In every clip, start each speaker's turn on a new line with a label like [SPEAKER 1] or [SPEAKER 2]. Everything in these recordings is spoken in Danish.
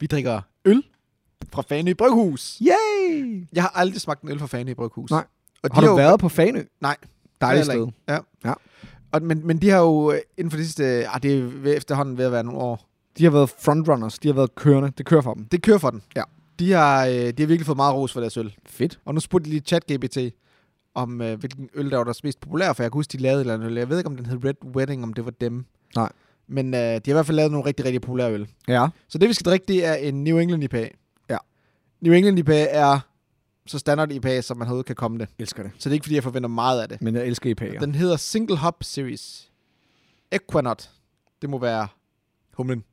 [SPEAKER 1] Vi drikker øl fra Fanø Bryghus.
[SPEAKER 2] Yay!
[SPEAKER 1] Jeg har aldrig smagt en øl fra Fanø Bryghus.
[SPEAKER 2] Nej.
[SPEAKER 1] Og de
[SPEAKER 2] Har
[SPEAKER 1] er
[SPEAKER 2] du
[SPEAKER 1] jo-
[SPEAKER 2] været på Fanø?
[SPEAKER 1] Nej.
[SPEAKER 2] Dejligt
[SPEAKER 1] Det har jeg
[SPEAKER 2] sted.
[SPEAKER 1] ikke. Ja.
[SPEAKER 2] Ja.
[SPEAKER 1] Og, men, men de har jo øh, inden for det sidste... Ah, det er ved- efterhånden ved at være nogle år.
[SPEAKER 2] De har været frontrunners. De har været kørende. Det kører for dem.
[SPEAKER 1] Det kører for den.
[SPEAKER 2] Ja.
[SPEAKER 1] De har, øh, de har virkelig fået meget ros for deres øl.
[SPEAKER 2] Fedt.
[SPEAKER 1] Og nu spurgte de lige ChatGPT om, øh, hvilken øl, der var deres mest populær, for jeg kan huske, de lavede et eller andet øl. Jeg ved ikke, om den hed Red Wedding, om det var dem.
[SPEAKER 2] Nej.
[SPEAKER 1] Men øh, de har i hvert fald lavet nogle rigtig, rigtig populære øl.
[SPEAKER 2] Ja.
[SPEAKER 1] Så det, vi skal drikke, det er en New England IPA.
[SPEAKER 2] Ja.
[SPEAKER 1] New England IPA er så standard IPA, som man overhovedet kan komme det.
[SPEAKER 2] Elsker det.
[SPEAKER 1] Så det er ikke, fordi jeg forventer meget af det.
[SPEAKER 2] Men jeg elsker IPA'er.
[SPEAKER 1] Den hedder Single Hop Series. Equanaut. Det må være humlen.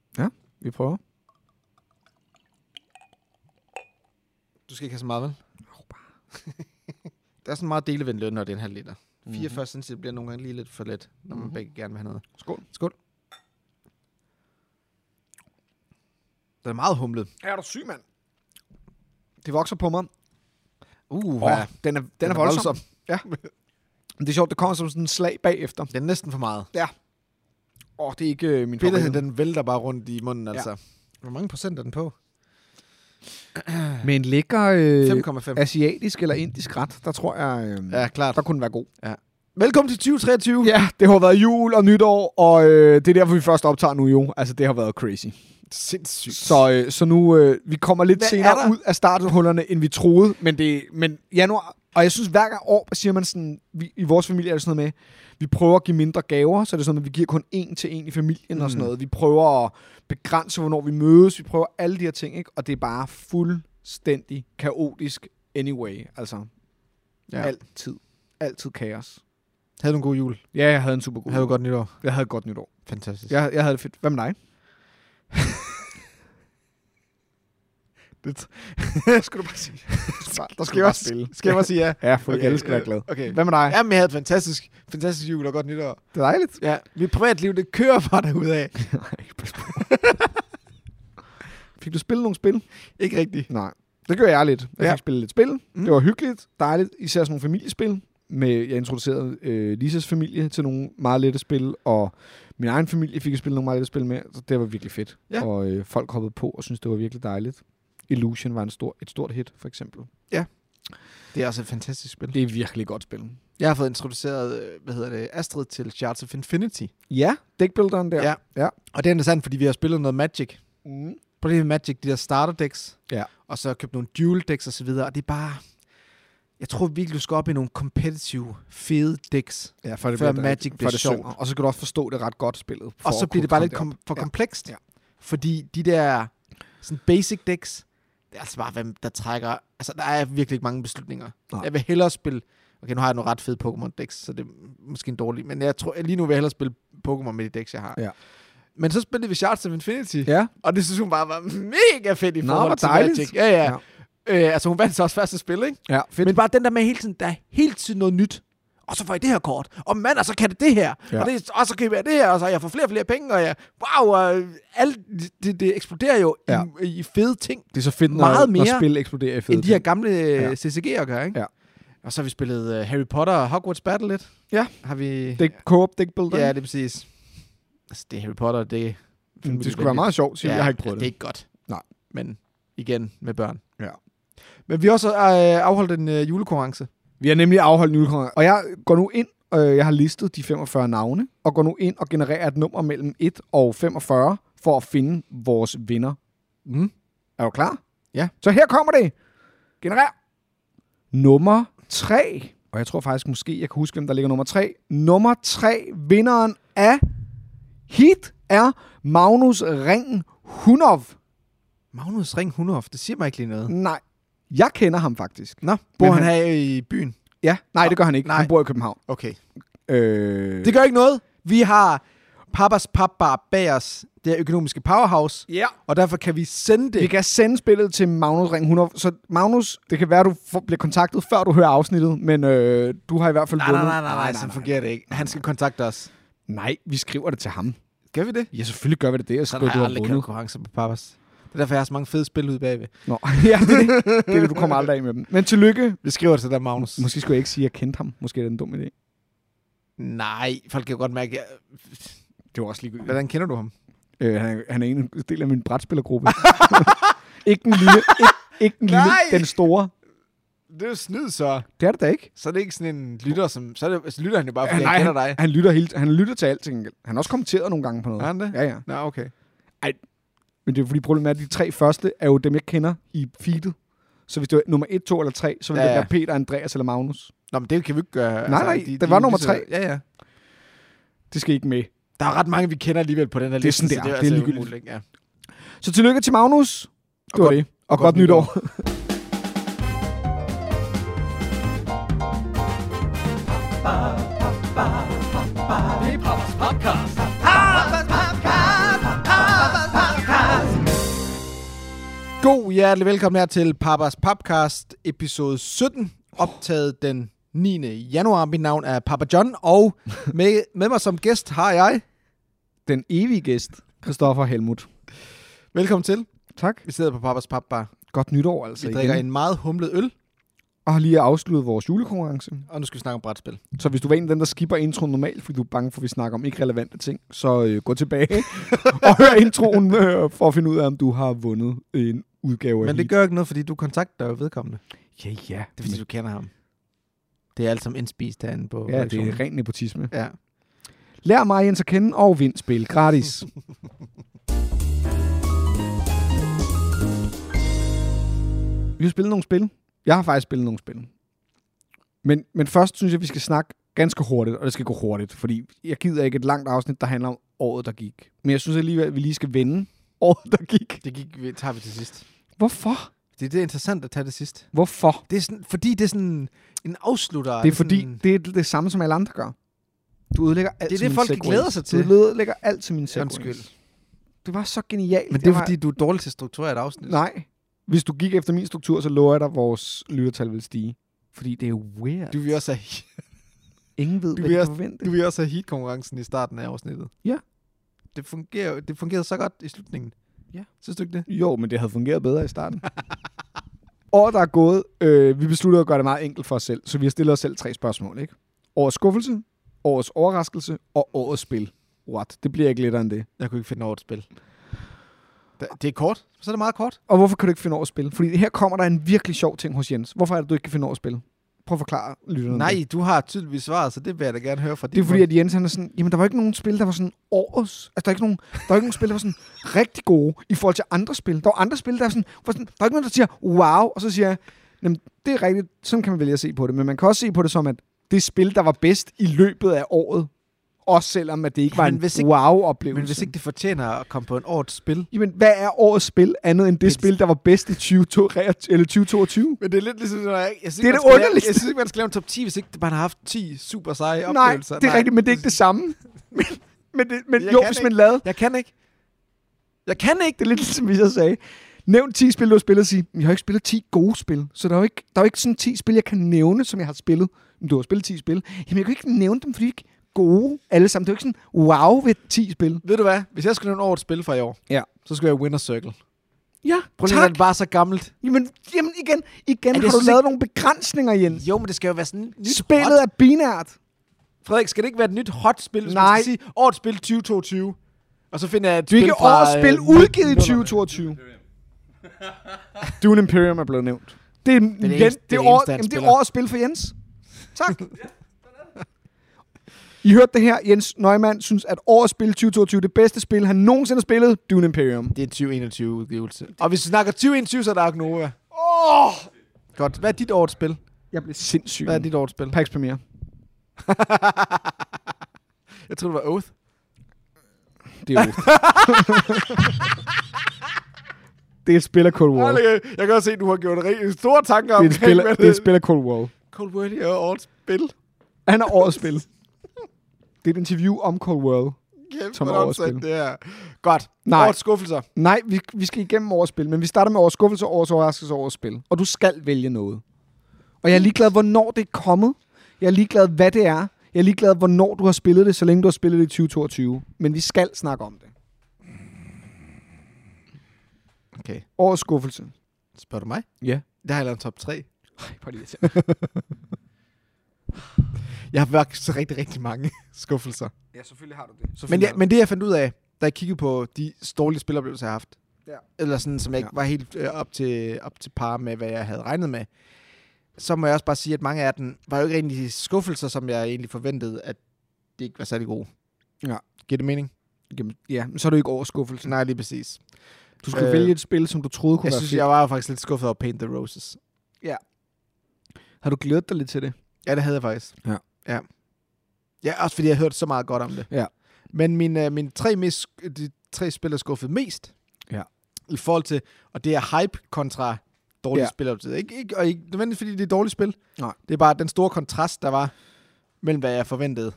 [SPEAKER 2] Vi prøver.
[SPEAKER 1] Du skal ikke have så meget, vel? der er sådan meget delevendt løn, når det er en halv liter. 44 cm bliver nogle gange lige lidt for let, når man
[SPEAKER 2] Mhm.
[SPEAKER 1] begge gerne vil have noget.
[SPEAKER 2] Skål.
[SPEAKER 1] Skål. Den er meget humlet.
[SPEAKER 2] Er du syg, mand? Det vokser på mig.
[SPEAKER 1] Uh,
[SPEAKER 2] Åh, den er, den, den er voldsom.
[SPEAKER 1] Ja.
[SPEAKER 2] Men Det er sjovt, det kommer som sådan en slag bagefter.
[SPEAKER 1] Den er næsten for meget.
[SPEAKER 2] Åh, oh, det er ikke øh, min
[SPEAKER 1] Bitterheden,
[SPEAKER 2] favorit.
[SPEAKER 1] den vælter bare rundt i munden, altså. Hvor mange procent er den på?
[SPEAKER 2] Med en lækker øh,
[SPEAKER 1] 5,5.
[SPEAKER 2] asiatisk eller indisk ret, der tror jeg, øh,
[SPEAKER 1] Ja, klart.
[SPEAKER 2] der kunne den være god.
[SPEAKER 1] Velkommen til 2023.
[SPEAKER 2] Ja, det har været jul og nytår, og øh, det er derfor, vi først optager nu jo. Altså, det har været crazy.
[SPEAKER 1] Sindssygt.
[SPEAKER 2] Så, øh, så nu, øh, vi kommer lidt
[SPEAKER 1] Hvad
[SPEAKER 2] Hvad
[SPEAKER 1] er der?
[SPEAKER 2] senere ud af starthullerne, end vi troede, men, det, men januar, og jeg synes hver gang år, siger man sådan, vi, i vores familie er det sådan noget med, vi prøver at give mindre gaver, så er det sådan, at vi giver kun én til én i familien mm. og sådan
[SPEAKER 1] Mm.
[SPEAKER 2] noget. Vi prøver at begrænse, hvornår vi mødes, vi prøver alle de her ting, ikke? og det er bare fuldstændig kaotisk anyway, altså ja.
[SPEAKER 1] Ja.
[SPEAKER 2] altid, altid kaos.
[SPEAKER 1] Havde du en god jul?
[SPEAKER 2] Ja, jeg havde en super god
[SPEAKER 1] Havde du
[SPEAKER 2] jul.
[SPEAKER 1] godt nytår?
[SPEAKER 2] Jeg havde et godt nytår.
[SPEAKER 1] Fantastisk.
[SPEAKER 2] Jeg, jeg havde det fedt. Hvad med dig? det skal du bare sige. der
[SPEAKER 1] Skal
[SPEAKER 2] skal du
[SPEAKER 1] jeg
[SPEAKER 2] bare
[SPEAKER 1] også,
[SPEAKER 2] spille.
[SPEAKER 1] skal jeg også sige ja?
[SPEAKER 2] Ja, for okay,
[SPEAKER 1] Okay,
[SPEAKER 2] alle skal være glade.
[SPEAKER 1] Okay.
[SPEAKER 2] Hvad med dig?
[SPEAKER 1] Ja, men jeg havde et fantastisk, fantastisk jul og godt nytår.
[SPEAKER 2] Det er dejligt.
[SPEAKER 1] Ja, mit privatliv, det kører bare derude af.
[SPEAKER 2] Fik du spillet nogle spil?
[SPEAKER 1] Ikke rigtigt.
[SPEAKER 2] Nej. Det gør jeg lidt. Jeg
[SPEAKER 1] Ja.
[SPEAKER 2] fik spillet lidt spil.
[SPEAKER 1] Mm.
[SPEAKER 2] Mm. Det var hyggeligt, dejligt. Især sådan nogle familiespil. Med, jeg introducerede øh, Lisas familie til nogle meget lette spil, og min egen familie fik jeg spillet nogle meget lette spil med, så det var virkelig fedt.
[SPEAKER 1] Ja.
[SPEAKER 2] Og øh, folk hoppede på og synes det var virkelig dejligt. Illusion var en stor, et stort hit, for eksempel.
[SPEAKER 1] Det er også et fantastisk spil.
[SPEAKER 2] Det er virkelig godt spil.
[SPEAKER 1] Jeg har fået introduceret, øh, hvad hedder det, Astrid til Shards of Infinity.
[SPEAKER 2] Ja, dækbuilderen der.
[SPEAKER 1] Ja. Og det er interessant, fordi vi har spillet noget Magic.
[SPEAKER 2] Mm.
[SPEAKER 1] På det med Magic, de der starter decks.
[SPEAKER 2] Ja.
[SPEAKER 1] Og så købt nogle dual decks og så videre. Og det er bare... Jeg tror virkelig, du skal op i nogle competitive, fede decks.
[SPEAKER 2] ja for
[SPEAKER 1] det
[SPEAKER 2] det
[SPEAKER 1] bliver
[SPEAKER 2] Før
[SPEAKER 1] det-
[SPEAKER 2] Magic
[SPEAKER 1] for
[SPEAKER 2] bliver
[SPEAKER 1] det
[SPEAKER 2] det
[SPEAKER 1] sjovt.
[SPEAKER 2] sjovt. Og så kan du også forstå det ret godt spillet. for
[SPEAKER 1] Og så
[SPEAKER 2] at
[SPEAKER 1] bliver
[SPEAKER 2] kunne
[SPEAKER 1] det bare
[SPEAKER 2] komme
[SPEAKER 1] lidt kom, for
[SPEAKER 2] Ja.
[SPEAKER 1] komplekst.
[SPEAKER 2] Ja.
[SPEAKER 1] Fordi de der sådan basic decks, det er altså bare, hvem der trækker... Altså, der er virkelig ikke mange beslutninger.
[SPEAKER 2] Nej.
[SPEAKER 1] Jeg vil hellere spille... Okay, nu har jeg nogle ret fede Pokémon decks, så det er måske en dårlig... Men jeg tror, lige nu vil jeg hellere spille Pokémon med de decks, jeg har.
[SPEAKER 2] Ja.
[SPEAKER 1] Men så spillede vi Shards of Infinity.
[SPEAKER 2] derop. Ja,
[SPEAKER 1] Og det synes hun bare var mega fedt i
[SPEAKER 2] Nå,
[SPEAKER 1] forhold
[SPEAKER 2] hvor
[SPEAKER 1] til
[SPEAKER 2] dejligt.
[SPEAKER 1] Magic. Ja, ja. ja. Øh, altså, hun vandt så også første spil, ikke?
[SPEAKER 2] ja fedt.
[SPEAKER 1] Men bare den der med hele tiden, der er hele tiden noget nyt. Og så får jeg det her kort. Og mand, og så kan det det her. Ja.
[SPEAKER 2] Ja.
[SPEAKER 1] Og, det, og så køber jeg det her, og så jeg får flere og flere penge, og jeg, wow, og alt, det, det eksploderer jo ja.
[SPEAKER 2] Ja.
[SPEAKER 1] i, i, fede ting,
[SPEAKER 2] Det er så fedt, når,
[SPEAKER 1] Meget mere
[SPEAKER 2] når spil eksploderer
[SPEAKER 1] Fede
[SPEAKER 2] i fede
[SPEAKER 1] end de her
[SPEAKER 2] ting.
[SPEAKER 1] gamle øh, ja.
[SPEAKER 2] Ja.
[SPEAKER 1] CCG'er gør, ikke?
[SPEAKER 2] Ja.
[SPEAKER 1] Og så har vi spillet uh, Harry Potter og Hogwarts Battle lidt.
[SPEAKER 2] Ja.
[SPEAKER 1] Har vi...
[SPEAKER 2] Dæk, co-op dækbuilder.
[SPEAKER 1] ja,
[SPEAKER 2] Ja,
[SPEAKER 1] det er præcis. Altså, det er Harry Potter, det... er fandme
[SPEAKER 2] det, det skulle
[SPEAKER 1] nødvendigt.
[SPEAKER 2] være meget sjovt, siger ja, jeg har ikke prøvet
[SPEAKER 1] Det er
[SPEAKER 2] det.
[SPEAKER 1] ikke godt.
[SPEAKER 2] Nej.
[SPEAKER 1] Men igen med børn.
[SPEAKER 2] Ja.
[SPEAKER 1] Men vi har også øh, afholdt en øh, julekonkurrence.
[SPEAKER 2] Vi har nemlig afholdt en julekonkurrence, og jeg går nu ind, øh, jeg har listet de 45 navne, og går nu ind og genererer et nummer mellem 1 og 45, for at finde vores vinder.
[SPEAKER 1] Mm.
[SPEAKER 2] Er du klar?
[SPEAKER 1] Ja.
[SPEAKER 2] Så her kommer det. Generer. Nummer 3. Og jeg tror faktisk måske, jeg kan huske, hvem der ligger nummer 3. Nummer 3, vinderen af hit, er Magnus Ring Hunov.
[SPEAKER 1] Magnus Ring Hunhoff, det siger mig ikke lige noget.
[SPEAKER 2] Nej, jeg kender ham faktisk.
[SPEAKER 1] Nå, bor
[SPEAKER 2] Men
[SPEAKER 1] han,
[SPEAKER 2] han-
[SPEAKER 1] her i byen?
[SPEAKER 2] Ja, nej, det gør han ikke.
[SPEAKER 1] Nej.
[SPEAKER 2] Nej. Han bor i København.
[SPEAKER 1] Okay.
[SPEAKER 2] Øh...
[SPEAKER 1] Det gør ikke noget. Vi har Papas Papbar bag os, det er økonomiske powerhouse,
[SPEAKER 2] Ja.
[SPEAKER 1] og derfor kan vi sende det.
[SPEAKER 2] Vi kan sende spillet til Magnus Ring 100. Så Magnus, det kan være, du får, bliver kontaktet, før du hører afsnittet, men øh, du har i hvert fald
[SPEAKER 1] Nej, nej,
[SPEAKER 2] vundet.
[SPEAKER 1] nej, nej, nej, sådan fungerer det ikke. Han skal kontakte os.
[SPEAKER 2] Nej, vi skriver det til ham.
[SPEAKER 1] Skal vi det?
[SPEAKER 2] Ja, selvfølgelig gør vi det.
[SPEAKER 1] Sådan
[SPEAKER 2] Jeg skriver,
[SPEAKER 1] har
[SPEAKER 2] du
[SPEAKER 1] jeg
[SPEAKER 2] har
[SPEAKER 1] aldrig
[SPEAKER 2] vundet.
[SPEAKER 1] konkurrencer på Papas. Det er derfor, jeg har så mange fede spil ude bagved.
[SPEAKER 2] Nå, ja, det, er det. det er det, du kommer aldrig af med dem. Men tillykke.
[SPEAKER 1] Vi skriver det til dig, Magnus.
[SPEAKER 2] Måske skulle jeg ikke sige, at jeg kendte ham. Måske er det en dum idé.
[SPEAKER 1] Nej, folk kan jo godt mærke, jeg...
[SPEAKER 2] Det var også ligegyldigt.
[SPEAKER 1] hvordan kender du ham?
[SPEAKER 2] Øh, han, er- han er en en del af min brætspillergruppe. ikke den lille, ikke, ikke den, lille
[SPEAKER 1] Nej!
[SPEAKER 2] den store.
[SPEAKER 1] Det er jo snyd, så.
[SPEAKER 2] Det er det da ikke.
[SPEAKER 1] Så er det ikke sådan en lytter, som... Så, er det, så lytter han jo bare, fordi
[SPEAKER 2] nej,
[SPEAKER 1] han kender
[SPEAKER 2] han,
[SPEAKER 1] dig.
[SPEAKER 2] han, lytter helt, han lytter til alt, til gengæld. Han har også kommenteret nogle gange på noget.
[SPEAKER 1] Har han det?
[SPEAKER 2] Ja, ja.
[SPEAKER 1] Nå, okay.
[SPEAKER 2] Men det er jo fordi problemet er, at de tre første er jo dem, jeg kender i feedet. Så hvis det var nummer 1, 2 eller 3, så ville
[SPEAKER 1] Ja,
[SPEAKER 2] ja. det
[SPEAKER 1] ja.
[SPEAKER 2] være Peter, Andreas eller Magnus.
[SPEAKER 1] Nå, men det kan vi ikke gøre. Altså, Nej,
[SPEAKER 2] nej, det var nummer tre.
[SPEAKER 1] Ja, ja.
[SPEAKER 2] Det skal ikke med.
[SPEAKER 1] Der er ret mange, vi kender alligevel på den her
[SPEAKER 2] Det er
[SPEAKER 1] liste.
[SPEAKER 2] sådan, det
[SPEAKER 1] så
[SPEAKER 2] er.
[SPEAKER 1] Det er,
[SPEAKER 2] Det er
[SPEAKER 1] altså
[SPEAKER 2] ligegyldigt.
[SPEAKER 1] umuligt, ikke? Ja.
[SPEAKER 2] Så tillykke til Magnus. Det
[SPEAKER 1] Og
[SPEAKER 2] var
[SPEAKER 1] godt-
[SPEAKER 2] det. Og, godt, nytår.
[SPEAKER 1] God hjertelig velkommen her til Papas Podcast episode 17, optaget den 9. januar. Mit navn er Papa John, og med, med mig som gæst har jeg...
[SPEAKER 2] Den evige gæst, Christoffer Helmut.
[SPEAKER 1] Velkommen til.
[SPEAKER 2] Tak.
[SPEAKER 1] Vi sidder på Papas Papbar.
[SPEAKER 2] Godt nytår altså.
[SPEAKER 1] Vi
[SPEAKER 2] igen.
[SPEAKER 1] drikker en meget humlet øl,
[SPEAKER 2] Og har lige afsluttet vores julekonkurrence.
[SPEAKER 1] og nu skal vi snakke om brætspil.
[SPEAKER 2] Så hvis du var en af dem, der skipper introen normalt, fordi du er bange for, at vi snakker om ikke relevante ting, så øh, gå tilbage og hør introen øh, for at finde ud af, om du har vundet en udgave af
[SPEAKER 1] Men det
[SPEAKER 2] Heat.
[SPEAKER 1] gør ikke noget, fordi du kontakter jo vedkommende.
[SPEAKER 2] Ja, ja.
[SPEAKER 1] Det er, fordi
[SPEAKER 2] Men-
[SPEAKER 1] du kender ham. Det er alt som indspist herinde på
[SPEAKER 2] ja, det
[SPEAKER 1] redaktionen.
[SPEAKER 2] er ren nepotisme.
[SPEAKER 1] Ja.
[SPEAKER 2] Lær mig Jens at kende og vind spil gratis. vi har spillet nogle spil. Jeg har faktisk spillet nogle spil. Men, men først synes jeg, vi skal snakke ganske hurtigt, og det skal gå hurtigt, fordi jeg gider ikke et langt afsnit, der handler om året, der gik. Men jeg synes alligevel, at vi lige skal vende året, der gik.
[SPEAKER 1] Det gik, vi- tager vi til sidst.
[SPEAKER 2] Hvorfor?
[SPEAKER 1] Det, er- det er interessant at tage det sidst.
[SPEAKER 2] Hvorfor?
[SPEAKER 1] Det er sådan, fordi det er sådan en afslutter.
[SPEAKER 2] Det er fordi,
[SPEAKER 1] Sådan,
[SPEAKER 2] det er det samme, som alle andre gør. Du ødelægger alt
[SPEAKER 1] det er
[SPEAKER 2] til
[SPEAKER 1] det,
[SPEAKER 2] mine
[SPEAKER 1] folk
[SPEAKER 2] segways.
[SPEAKER 1] glæder sig til.
[SPEAKER 2] Du ødelægger alt til min segways.
[SPEAKER 1] Undskyld.
[SPEAKER 2] Det var så genialt.
[SPEAKER 1] Men det er
[SPEAKER 2] var-
[SPEAKER 1] fordi, du er dårlig til at strukturere et afsnit.
[SPEAKER 2] Nej. Hvis du gik efter min struktur, så lover jeg dig, at vores lyttertal vil stige. Fordi det er weird.
[SPEAKER 1] Du
[SPEAKER 2] Du,
[SPEAKER 1] vil også have,
[SPEAKER 2] Ingen ved,
[SPEAKER 1] du
[SPEAKER 2] hvad
[SPEAKER 1] vil
[SPEAKER 2] de kan
[SPEAKER 1] også-
[SPEAKER 2] forvente.
[SPEAKER 1] du vil også have heat-konkurrencen i starten af afsnittet.
[SPEAKER 2] Ja.
[SPEAKER 1] Det fungerer, jo- det fungerede så godt i slutningen.
[SPEAKER 2] Ja.
[SPEAKER 1] Synes du ikke det?
[SPEAKER 2] Jo, men det havde fungeret bedre i starten. Året, der er gået, øh, vi besluttede at gøre det meget enkelt for os selv, så vi har stillet os selv tre spørgsmål, ikke? Årets skuffelse, årets overraskelse og årets spil. What? Det bliver ikke lettere end det.
[SPEAKER 1] Jeg kunne ikke finde over et spil. Da- Det er kort. Så er det meget kort.
[SPEAKER 2] Og hvorfor kan du ikke finde årets spil? Fordi her kommer der en virkelig sjov ting hos Jens. Hvorfor er det, du ikke kan finde årets spil? Prøv at forklare lytterne.
[SPEAKER 1] Nej,
[SPEAKER 2] det.
[SPEAKER 1] du har tydeligvis svaret, så det vil jeg da gerne høre fra
[SPEAKER 2] Det er fordi, at Jens han er sådan, jamen der var ikke nogen spil, der var sådan årets. Altså der er ikke nogen, der var ikke nogen spil, der var sådan rigtig gode i forhold til andre spil. Der var andre spil, der var sådan, var sådan der var ikke nogen, der siger wow, og så siger jeg, jamen det er rigtigt, sådan kan man vælge at se på det. Men man kan også se på det som, at det spil, der var bedst i løbet af året, også selvom at det ikke
[SPEAKER 1] Ja,
[SPEAKER 2] var
[SPEAKER 1] men
[SPEAKER 2] en
[SPEAKER 1] hvis ikke-
[SPEAKER 2] wow-oplevelse.
[SPEAKER 1] Men hvis ikke det fortjener at komme på en årets spil.
[SPEAKER 2] Jamen, hvad er årets spil andet end det,
[SPEAKER 1] Det-
[SPEAKER 2] spil, der var bedst i 2022? Eller 2022?
[SPEAKER 1] Men det er lidt ligesom, når jeg, jeg synes,
[SPEAKER 2] Det er
[SPEAKER 1] man
[SPEAKER 2] det
[SPEAKER 1] skal lave-
[SPEAKER 2] underligste.
[SPEAKER 1] Jeg synes ikke, man skal lave en top 10, hvis ikke man har haft 10 super seje
[SPEAKER 2] Nej,
[SPEAKER 1] oplevelser.
[SPEAKER 2] det er rigtigt, men det er ikke det samme. men men, det, men
[SPEAKER 1] Jeg
[SPEAKER 2] jo,
[SPEAKER 1] kan
[SPEAKER 2] hvis
[SPEAKER 1] ikke.
[SPEAKER 2] man lavede
[SPEAKER 1] Jeg kan ikke. Jeg kan ikke.
[SPEAKER 2] Det er lidt ligesom vi så sagde. Nævn 10 spil, du har spillet, og sige, jeg har ikke spillet 10 gode spil. Så der er jo ikke, der er jo ikke sådan 10 spil, jeg kan nævne, som jeg har spillet. Men du har spillet 10 spil. Jamen, jeg kan ikke nævne dem, fordi de er ikke gode alle sammen. Det er jo ikke sådan, wow ved 10 spil.
[SPEAKER 1] Ved du hvad? Hvis jeg skulle nævne årets spil fra i år,
[SPEAKER 2] Ja.
[SPEAKER 1] så skulle jeg Winner Circle.
[SPEAKER 2] Ja,
[SPEAKER 1] Prøv lige, at
[SPEAKER 2] tak.
[SPEAKER 1] det bare er så gammelt.
[SPEAKER 2] Jamen, jamen, igen, igen
[SPEAKER 1] jeg
[SPEAKER 2] har du
[SPEAKER 1] synes
[SPEAKER 2] lavet nogle begrænsninger, Jens.
[SPEAKER 1] Jo, men det skal jo være sådan et nyt
[SPEAKER 2] Spillet
[SPEAKER 1] hot.
[SPEAKER 2] er binært.
[SPEAKER 1] Frederik, skal det ikke være et nyt hot spil? Hvis
[SPEAKER 2] Nej.
[SPEAKER 1] Man skal sige årets spil 2022. Og så finder jeg et
[SPEAKER 2] Det er
[SPEAKER 1] spil
[SPEAKER 2] ikke
[SPEAKER 1] fra,
[SPEAKER 2] årets spil
[SPEAKER 1] øh,
[SPEAKER 2] udgivet i
[SPEAKER 1] nullerne.
[SPEAKER 2] 2022. Dune Imperium er blevet nævnt. Det er, det
[SPEAKER 1] det
[SPEAKER 2] er, Jens,
[SPEAKER 1] eneste-
[SPEAKER 2] det
[SPEAKER 1] det
[SPEAKER 2] er,
[SPEAKER 1] er det
[SPEAKER 2] år,
[SPEAKER 1] eneste, han
[SPEAKER 2] jamen, det er
[SPEAKER 1] spiller.
[SPEAKER 2] årets spil for Jens. Tak. I hørte det her. Jens Neumann synes, at årets spil 2022 det bedste spil, han nogensinde har spillet. Dune Imperium.
[SPEAKER 1] Det er en 2021 udgivelse. Og hvis vi snakker 2021, så er der Ark Nova.
[SPEAKER 2] Oh!
[SPEAKER 1] Godt. Hvad er dit årets spil?
[SPEAKER 2] Jeg blev sindssyg.
[SPEAKER 1] Hvad er dit årets spil?
[SPEAKER 2] Pax Premier.
[SPEAKER 1] Jeg tror det var Oath.
[SPEAKER 2] Det er jo... det er et spil af Cold War. Det
[SPEAKER 1] Jeg kan også se, at du har gjort rigtig store tanker
[SPEAKER 2] er et spil, det er et spil af Cold War.
[SPEAKER 1] Cold World er årets spil.
[SPEAKER 2] Han er årets spil. Det er et interview om Cold War.
[SPEAKER 1] Kæft,
[SPEAKER 2] Som
[SPEAKER 1] hvor
[SPEAKER 2] årets
[SPEAKER 1] åndssvagt
[SPEAKER 2] spil.
[SPEAKER 1] det er. Godt.
[SPEAKER 2] Nej.
[SPEAKER 1] Årets skuffelser.
[SPEAKER 2] Nej, vi, vi skal igennem årets spil, men vi starter med årets skuffelse, årets overraskelse og årets spil. Og du skal vælge noget. Og jeg er ligeglad, hvornår det er kommet. Jeg er ligeglad, hvad det er. Jeg er ligeglad, hvornår du har spillet det, så længe du har spillet det i 2022. Men vi skal snakke om det.
[SPEAKER 1] Okay.
[SPEAKER 2] Årets skuffelse.
[SPEAKER 1] Spørger du mig?
[SPEAKER 2] Ja.
[SPEAKER 1] Der har jeg lavet en top 3.
[SPEAKER 2] Ej, prøv lige at se.
[SPEAKER 1] Jeg har faktisk rigtig, rigtig mange skuffelser.
[SPEAKER 2] Ja, selvfølgelig har du det.
[SPEAKER 1] Men, jeg, men det, jeg fandt ud af, da jeg kiggede på de dårlige spiloplevelser, jeg har haft.
[SPEAKER 2] Ja.
[SPEAKER 1] Eller sådan, som jeg ikke
[SPEAKER 2] Ja.
[SPEAKER 1] var helt øh, op, til, op til par med, hvad jeg havde regnet med. Så må jeg også bare sige, at mange af dem var jo ikke egentlig skuffelser, som jeg egentlig forventede, at det ikke var særlig gode.
[SPEAKER 2] Ja.
[SPEAKER 1] Giver det mening?
[SPEAKER 2] Jamen, ja, men så er du ikke over skuffelsen.
[SPEAKER 1] Nej, lige præcis.
[SPEAKER 2] Du skal øh,
[SPEAKER 1] Øh,
[SPEAKER 2] vælge et spil, som du troede kunne
[SPEAKER 1] Jeg
[SPEAKER 2] være
[SPEAKER 1] synes,
[SPEAKER 2] fedt.
[SPEAKER 1] jeg var faktisk lidt skuffet over Paint the Roses.
[SPEAKER 2] Har du glædet dig lidt til det?
[SPEAKER 1] Ja, det havde jeg faktisk.
[SPEAKER 2] Ja.
[SPEAKER 1] Ja, ja også fordi jeg har hørt så meget godt om det.
[SPEAKER 2] Ja.
[SPEAKER 1] Men min, øh, mine tre, mest, de tre spil, der skuffede mest,
[SPEAKER 2] Ja.
[SPEAKER 1] i forhold til, og det er hype kontra dårlige
[SPEAKER 2] Ja.
[SPEAKER 1] ja. spil. Ikke, ikke, og ikke nødvendigvis, fordi det er dårlige spil.
[SPEAKER 2] Nej.
[SPEAKER 1] Det er bare den store kontrast, der var mellem, hvad jeg forventede.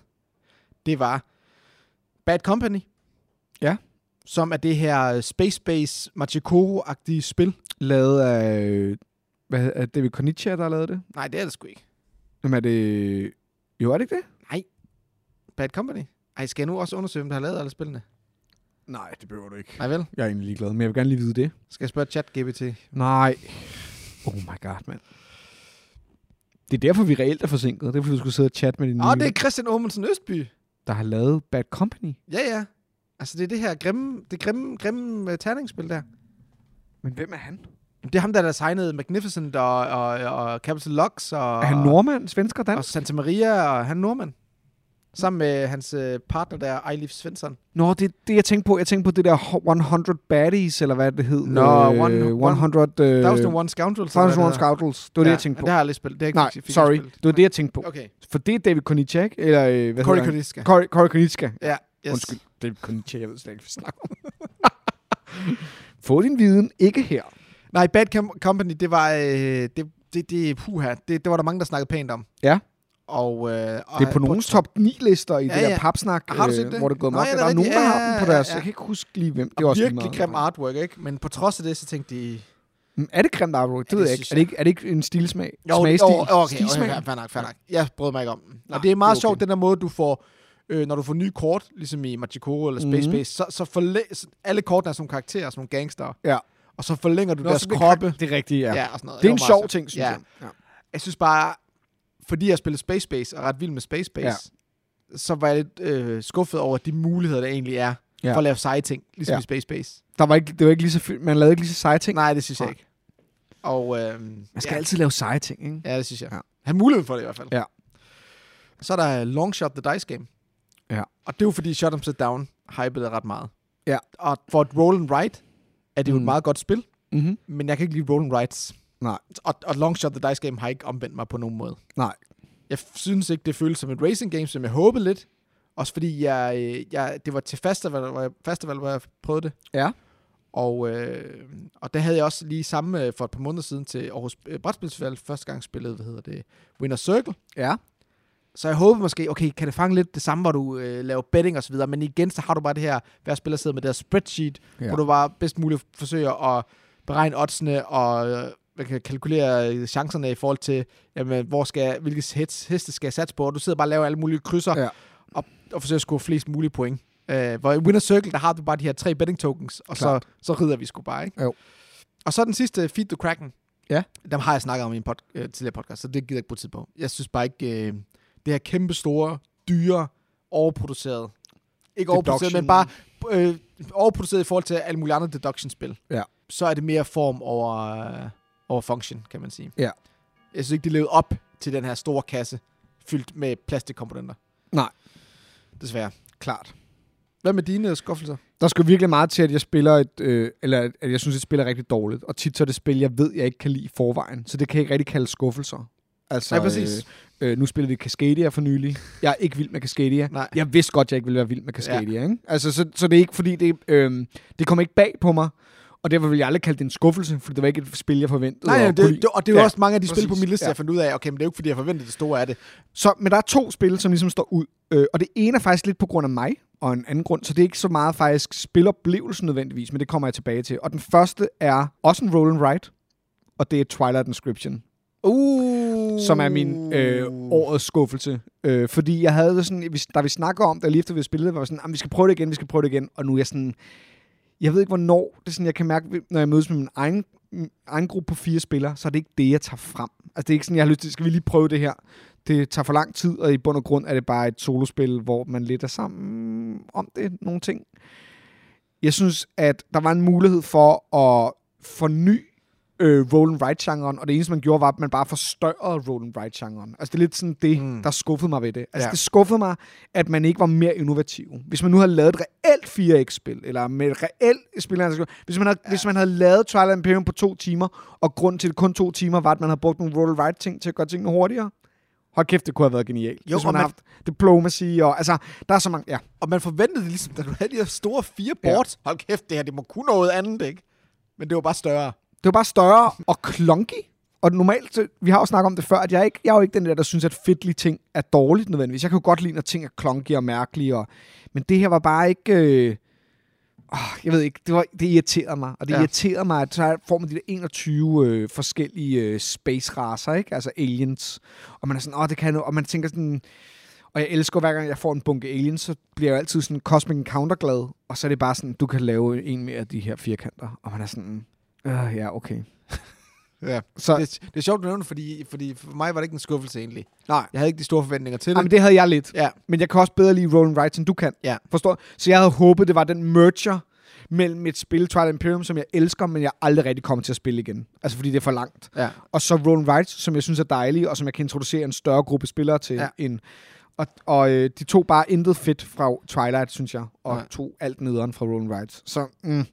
[SPEAKER 1] Det var Bad Company.
[SPEAKER 2] Ja.
[SPEAKER 1] Som er det her øh, space-based Machikoro-agtige spil.
[SPEAKER 2] Lavet af... øh, Hvad er David Konnichiwa, der har lavet det?
[SPEAKER 1] Nej, det er det sgu ikke.
[SPEAKER 2] Jamen er det... Jo, er det ikke det?
[SPEAKER 1] Bad Company. Ej, skal jeg nu også undersøge, hvem der har lavet alle spillene?
[SPEAKER 2] Nej, det behøver du ikke.
[SPEAKER 1] Nej vel?
[SPEAKER 2] Jeg er egentlig ligeglad, men jeg vil gerne lige vide det.
[SPEAKER 1] Skal jeg spørge ChatGPT?
[SPEAKER 2] Nej. Oh my god, mand. Det er derfor, vi reelt er forsinket. Det er, fordi du skulle sidde og chatte med din
[SPEAKER 1] Åh, oh,
[SPEAKER 2] nye
[SPEAKER 1] det er
[SPEAKER 2] ven,
[SPEAKER 1] Christian Omundsen Østby.
[SPEAKER 2] der har lavet Bad Company.
[SPEAKER 1] Ja, ja. Altså, det er det her grimme, det grimme, grimme uh, terningsspil der.
[SPEAKER 2] Men hvem er han?
[SPEAKER 1] Det er ham, der designede Magnificent og, og, og Capital Lux og,
[SPEAKER 2] Er han nordmand, svensker,
[SPEAKER 1] og
[SPEAKER 2] dansk?
[SPEAKER 1] Santa Maria, og han er nordmand. Sammen med hans øh, partner der, Eilif Svensson.
[SPEAKER 2] Nå, det er det, jeg tænkte på. Jeg tænkte på det der 100 Baddies, eller hvad det hed.
[SPEAKER 1] Nå, one-
[SPEAKER 2] 100... Øh,
[SPEAKER 1] Øh, Thousand and One Scoundrels. eller hvad
[SPEAKER 2] Thousand One
[SPEAKER 1] det
[SPEAKER 2] Scoundrels. Det
[SPEAKER 1] hedder.
[SPEAKER 2] var ja, det,
[SPEAKER 1] Ja,
[SPEAKER 2] jeg tænkte
[SPEAKER 1] men
[SPEAKER 2] på.
[SPEAKER 1] Det har jeg aldrig spillet. Det har jeg
[SPEAKER 2] Nej,
[SPEAKER 1] ikke, fik jeg
[SPEAKER 2] sorry.
[SPEAKER 1] spillet.
[SPEAKER 2] Det var det, jeg tænkte på.
[SPEAKER 1] Okay.
[SPEAKER 2] For det er David Konitschak, ikke? eller øh, hvad
[SPEAKER 1] Cory
[SPEAKER 2] hedder han?
[SPEAKER 1] Koniska.
[SPEAKER 2] Cory- Cory Konitschka.
[SPEAKER 1] Ja, yes.
[SPEAKER 2] Undskyld, David Konitschak, jeg ved slet ikke, hvad jeg snakker om. Få din viden, ikke her.
[SPEAKER 1] Nej, Bad Com- Company, det var... Øh, det, det, det, puha, det, det var der mange, der snakkede pænt om.
[SPEAKER 2] Ja.
[SPEAKER 1] Og, øh, og
[SPEAKER 2] Det er på nogens top 9-lister i ja,
[SPEAKER 1] Ja,
[SPEAKER 2] det der
[SPEAKER 1] ja.
[SPEAKER 2] papsnak,
[SPEAKER 1] Har du set
[SPEAKER 2] øh,
[SPEAKER 1] det?
[SPEAKER 2] hvor det er gået
[SPEAKER 1] Nå,
[SPEAKER 2] meget.
[SPEAKER 1] ja,
[SPEAKER 2] Ja,
[SPEAKER 1] det
[SPEAKER 2] der
[SPEAKER 1] er
[SPEAKER 2] er nogen, der
[SPEAKER 1] rigtigt.
[SPEAKER 2] har
[SPEAKER 1] Ja,
[SPEAKER 2] dem på deres.
[SPEAKER 1] ja, ja.
[SPEAKER 2] Jeg kan ikke huske lige, hvem. Det er
[SPEAKER 1] Det var
[SPEAKER 2] også lige
[SPEAKER 1] virkelig
[SPEAKER 2] meget.
[SPEAKER 1] grim artwork, ikke? Men på trods af det, så tænkte de...
[SPEAKER 2] Mm, Er det grimt artwork? Det
[SPEAKER 1] Ja,
[SPEAKER 2] ved
[SPEAKER 1] det
[SPEAKER 2] jeg ikke.
[SPEAKER 1] synes
[SPEAKER 2] Er det ikke, er det ikke en stilsmag?
[SPEAKER 1] Jo,
[SPEAKER 2] Smagstil?
[SPEAKER 1] jo, okay,
[SPEAKER 2] Stilsmag?
[SPEAKER 1] okay, fair nok, fair nok. Jeg brød mig ikke om den.
[SPEAKER 2] Nej,
[SPEAKER 1] og det er meget
[SPEAKER 2] det er okay.
[SPEAKER 1] sjovt, den der måde, du får... Øh, når du får nye kort, ligesom i Machikoro eller Space
[SPEAKER 2] Mhm.
[SPEAKER 1] Base, så, så forlæ- alle kortene er som karakterer, som gangster.
[SPEAKER 2] Ja.
[SPEAKER 1] Og så forlænger du
[SPEAKER 2] Nå,
[SPEAKER 1] deres
[SPEAKER 2] så det er
[SPEAKER 1] kroppe.
[SPEAKER 2] krak- Det er rigtigt, ja.
[SPEAKER 1] Ja, og sådan noget.
[SPEAKER 2] Det er
[SPEAKER 1] var
[SPEAKER 2] en
[SPEAKER 1] meget
[SPEAKER 2] sjov
[SPEAKER 1] sjovt.
[SPEAKER 2] ting, synes
[SPEAKER 1] ja.
[SPEAKER 2] jeg. Ja.
[SPEAKER 1] Jeg synes bare, fordi jeg spillede Space Base og er ret vild med Space Base, ja. så var jeg lidt øh, skuffet over de muligheder, der egentlig er
[SPEAKER 2] Ja.
[SPEAKER 1] ja. for at lave seje ting, ligesom
[SPEAKER 2] Ja.
[SPEAKER 1] ja. i Space Base.
[SPEAKER 2] Der var ikke, det var ikke lige så, fy- man lavede ikke lige så seje ting.
[SPEAKER 1] Nej, det synes jeg
[SPEAKER 2] Nej.
[SPEAKER 1] ikke. Og, øh,
[SPEAKER 2] Man skal altid lave seje ting, ikke?
[SPEAKER 1] Ja, det synes jeg.
[SPEAKER 2] Ja.
[SPEAKER 1] Ja. Have mulighed for det i hvert fald.
[SPEAKER 2] Ja.
[SPEAKER 1] Så er der Longshot The Dice Game.
[SPEAKER 2] Ja.
[SPEAKER 1] Og det er jo fordi Shot 'em Sit Down hypede ret meget.
[SPEAKER 2] Ja.
[SPEAKER 1] Og for et roll and ride er det jo
[SPEAKER 2] Mm.
[SPEAKER 1] et meget godt spil,
[SPEAKER 2] Mm-hmm.
[SPEAKER 1] men jeg kan ikke lide roll and rides.
[SPEAKER 2] Nej.
[SPEAKER 1] Og, og Longshot The Dice Game har ikke omvendt mig på nogen måde.
[SPEAKER 2] Nej.
[SPEAKER 1] Jeg f- synes ikke, det føles som et racing game, som jeg håbede lidt. Også fordi jeg, øh, jeg, det var til festival, hvor jeg, festival, hvor jeg prøvede det.
[SPEAKER 2] Ja.
[SPEAKER 1] Og, øh, og der havde jeg også lige samme øh, for et par måneder siden til Aarhus øh, Brætspilsfestival første gang spillede, hvad hedder det, Winner Circle.
[SPEAKER 2] Ja.
[SPEAKER 1] Så jeg håbede måske, okay, kan det fange lidt det samme, hvor du øh, laver betting osv., men igen, så har du bare det her, hver spiller sidder med deres spreadsheet,
[SPEAKER 2] Ja.
[SPEAKER 1] ja. hvor du bare bedst muligt forsøger at beregne oddsene og øh, hvad kan jeg, kalkulere øh, chancerne i forhold til, jamen, hvor skal, hvilke hest, heste skal jeg satse på, og du sidder bare og laver alle mulige krydser
[SPEAKER 2] Ja.
[SPEAKER 1] ja. og, og forsøger at score flest mulige point. Øh, hvor i Winner Circle, der har du bare de her tre betting tokens, og så,
[SPEAKER 2] Klart.
[SPEAKER 1] så rider vi sgu bare, ikke?
[SPEAKER 2] Jo.
[SPEAKER 1] Og så den sidste, Feed the Kraken.
[SPEAKER 2] Ja.
[SPEAKER 1] Dem har jeg snakket om i en pod- øh, tidligere podcast, så det gider jeg ikke bruge tid på. Jeg synes bare ikke, øh, det her kæmpe store, dyre, overproduceret. Ikke overproduceret,
[SPEAKER 2] Deduction.
[SPEAKER 1] men bare øh, overproduceret i forhold til alle mulige andre deduction-spil.
[SPEAKER 2] Ja.
[SPEAKER 1] Så er det mere form over, øh, over function, kan man sige.
[SPEAKER 2] Ja.
[SPEAKER 1] Jeg synes ikke, de levede op til den her store kasse, fyldt med plastikkomponenter.
[SPEAKER 2] Nej.
[SPEAKER 1] Desværre.
[SPEAKER 2] Klart.
[SPEAKER 1] Hvad med dine skuffelser?
[SPEAKER 2] Der skal virkelig meget til, at jeg spiller et, øh, eller at jeg synes, et spil er rigtig dårligt. Og tit så er det spil, jeg ved, jeg ikke kan lide i forvejen. Så det kan jeg ikke rigtig kalde skuffelser. Altså,
[SPEAKER 1] Nej, præcis.
[SPEAKER 2] Øh, øh, nu spiller vi Cascadia for nylig. Jeg er ikke vild med Cascadia.
[SPEAKER 1] Nej.
[SPEAKER 2] Jeg vidste godt, jeg ikke ville være vild med Cascadia. Ikke? Altså, så, så det er ikke, fordi det, øh, det kommer ikke bag på mig. Og derfor vil jeg aldrig kalde det en skuffelse, for det var ikke et spil, jeg forventede.
[SPEAKER 1] Nej,
[SPEAKER 2] at
[SPEAKER 1] ja,
[SPEAKER 2] kunne
[SPEAKER 1] det,
[SPEAKER 2] lide.
[SPEAKER 1] det, og det er jo
[SPEAKER 2] Ja,
[SPEAKER 1] ja, også mange af de
[SPEAKER 2] præcis.
[SPEAKER 1] spil på min liste,
[SPEAKER 2] Ja.
[SPEAKER 1] ja. jeg fandt ud af, okay, men det er jo ikke, fordi jeg forventede det store af det.
[SPEAKER 2] Så, men der er to spil, som ligesom står ud. Øh, og det ene er faktisk lidt på grund af mig, og en anden grund. Så det er ikke så meget faktisk spiloplevelsen nødvendigvis, men det kommer jeg tilbage til. Og den første er også en roll and ride, og det er Twilight Inscription,
[SPEAKER 1] Uh.
[SPEAKER 2] som er min øh,
[SPEAKER 1] Mm.
[SPEAKER 2] årets skuffelse. Øh, fordi jeg havde det sådan, vi- da vi snakker om det, og lige efter vi spillede, var jeg sådan, "Jamen, vi skal prøve det igen, vi skal prøve det igen. Og nu er jeg sådan, jeg ved ikke hvornår, det er sådan, jeg kan mærke, når jeg mødes med min egen, min egen gruppe på fire spillere, så er det ikke det, jeg tager frem. Altså det er ikke sådan, jeg har lyst til, skal vi lige prøve det her. Det tager for lang tid, og i bund og grund er det bare et solospil, hvor man lidt er sammen om det, nogle ting. Jeg synes, at der var en mulighed for at forny øh, roll and write genren og det eneste, man gjorde, var, at man bare forstørrede roll and write genren Altså, det er lidt sådan det, mm.
[SPEAKER 1] Mm.
[SPEAKER 2] der skuffede mig ved det. Altså, ja.
[SPEAKER 1] Ja.
[SPEAKER 2] det skuffede mig, at man ikke var mere innovativ. Hvis man nu havde lavet et reelt 4X-spil, eller med et reelt spil, hvis man, havde, ja. hvis man havde lavet Twilight Imperium på to timer, og grund til kun to timer var, at man havde brugt nogle roll and write ting til at gøre tingene hurtigere, hold kæft, det kunne have været genialt. Jo, hvis man,
[SPEAKER 1] og
[SPEAKER 2] man havde haft diplomacy, og altså, der er så mange... Ja.
[SPEAKER 1] Og man forventede det ligesom, da du havde de her store fire
[SPEAKER 2] Ja.
[SPEAKER 1] boards. Hold kæft, det her, det må kunne noget andet, ikke? Men det var bare større.
[SPEAKER 2] Det var bare større og klonky. Og normalt, så- vi har jo snakket om det før, at jeg, er ikke, jeg er jo ikke den der, der synes, at fedtlige ting er dårligt nødvendigvis. Jeg kan jo godt lide, når ting er klonky og mærkelige. Og, men det her var bare ikke... Øh, åh, jeg ved ikke, det, var, det irriterede mig. Og det ja.
[SPEAKER 1] Ja.
[SPEAKER 2] irriterede mig, at så får man de der 21 øh, forskellige øh, space-raser, ikke? Altså aliens. Og man er sådan, åh, det kan jeg nu. Og man tænker sådan... Og jeg elsker, hver gang jeg får en bunke aliens, så bliver jeg jo altid sådan cosmic encounter glad. Og så er det bare sådan, du kan lave en mere af de her firkanter. Og man er sådan, øh, ja, okay.
[SPEAKER 1] Ja.
[SPEAKER 2] Så, det,
[SPEAKER 1] Det, det er sjovt, du nævner, fordi, fordi for mig var det ikke en skuffelse egentlig.
[SPEAKER 2] nej.
[SPEAKER 1] Jeg havde ikke de store forventninger til det.
[SPEAKER 2] Jamen, det havde jeg lidt.
[SPEAKER 1] Ja.
[SPEAKER 2] Men jeg kan også bedre lide Roll and Write, end du kan.
[SPEAKER 1] Ja.
[SPEAKER 2] Forstår? Så jeg havde håbet, det var den merger mellem et spil, Twilight Imperium, som jeg elsker, men jeg aldrig rigtig kommer til at spille igen. Altså, fordi det er for langt.
[SPEAKER 1] Ja.
[SPEAKER 2] Og så Roll and Write, som jeg synes er dejlig, og som jeg kan introducere en større gruppe spillere til.
[SPEAKER 1] Ja.
[SPEAKER 2] En, og og øh, de tog bare intet fedt fra Twilight, synes jeg, og
[SPEAKER 1] Nej.
[SPEAKER 2] tog alt nederen fra Roll and Write. Så mm.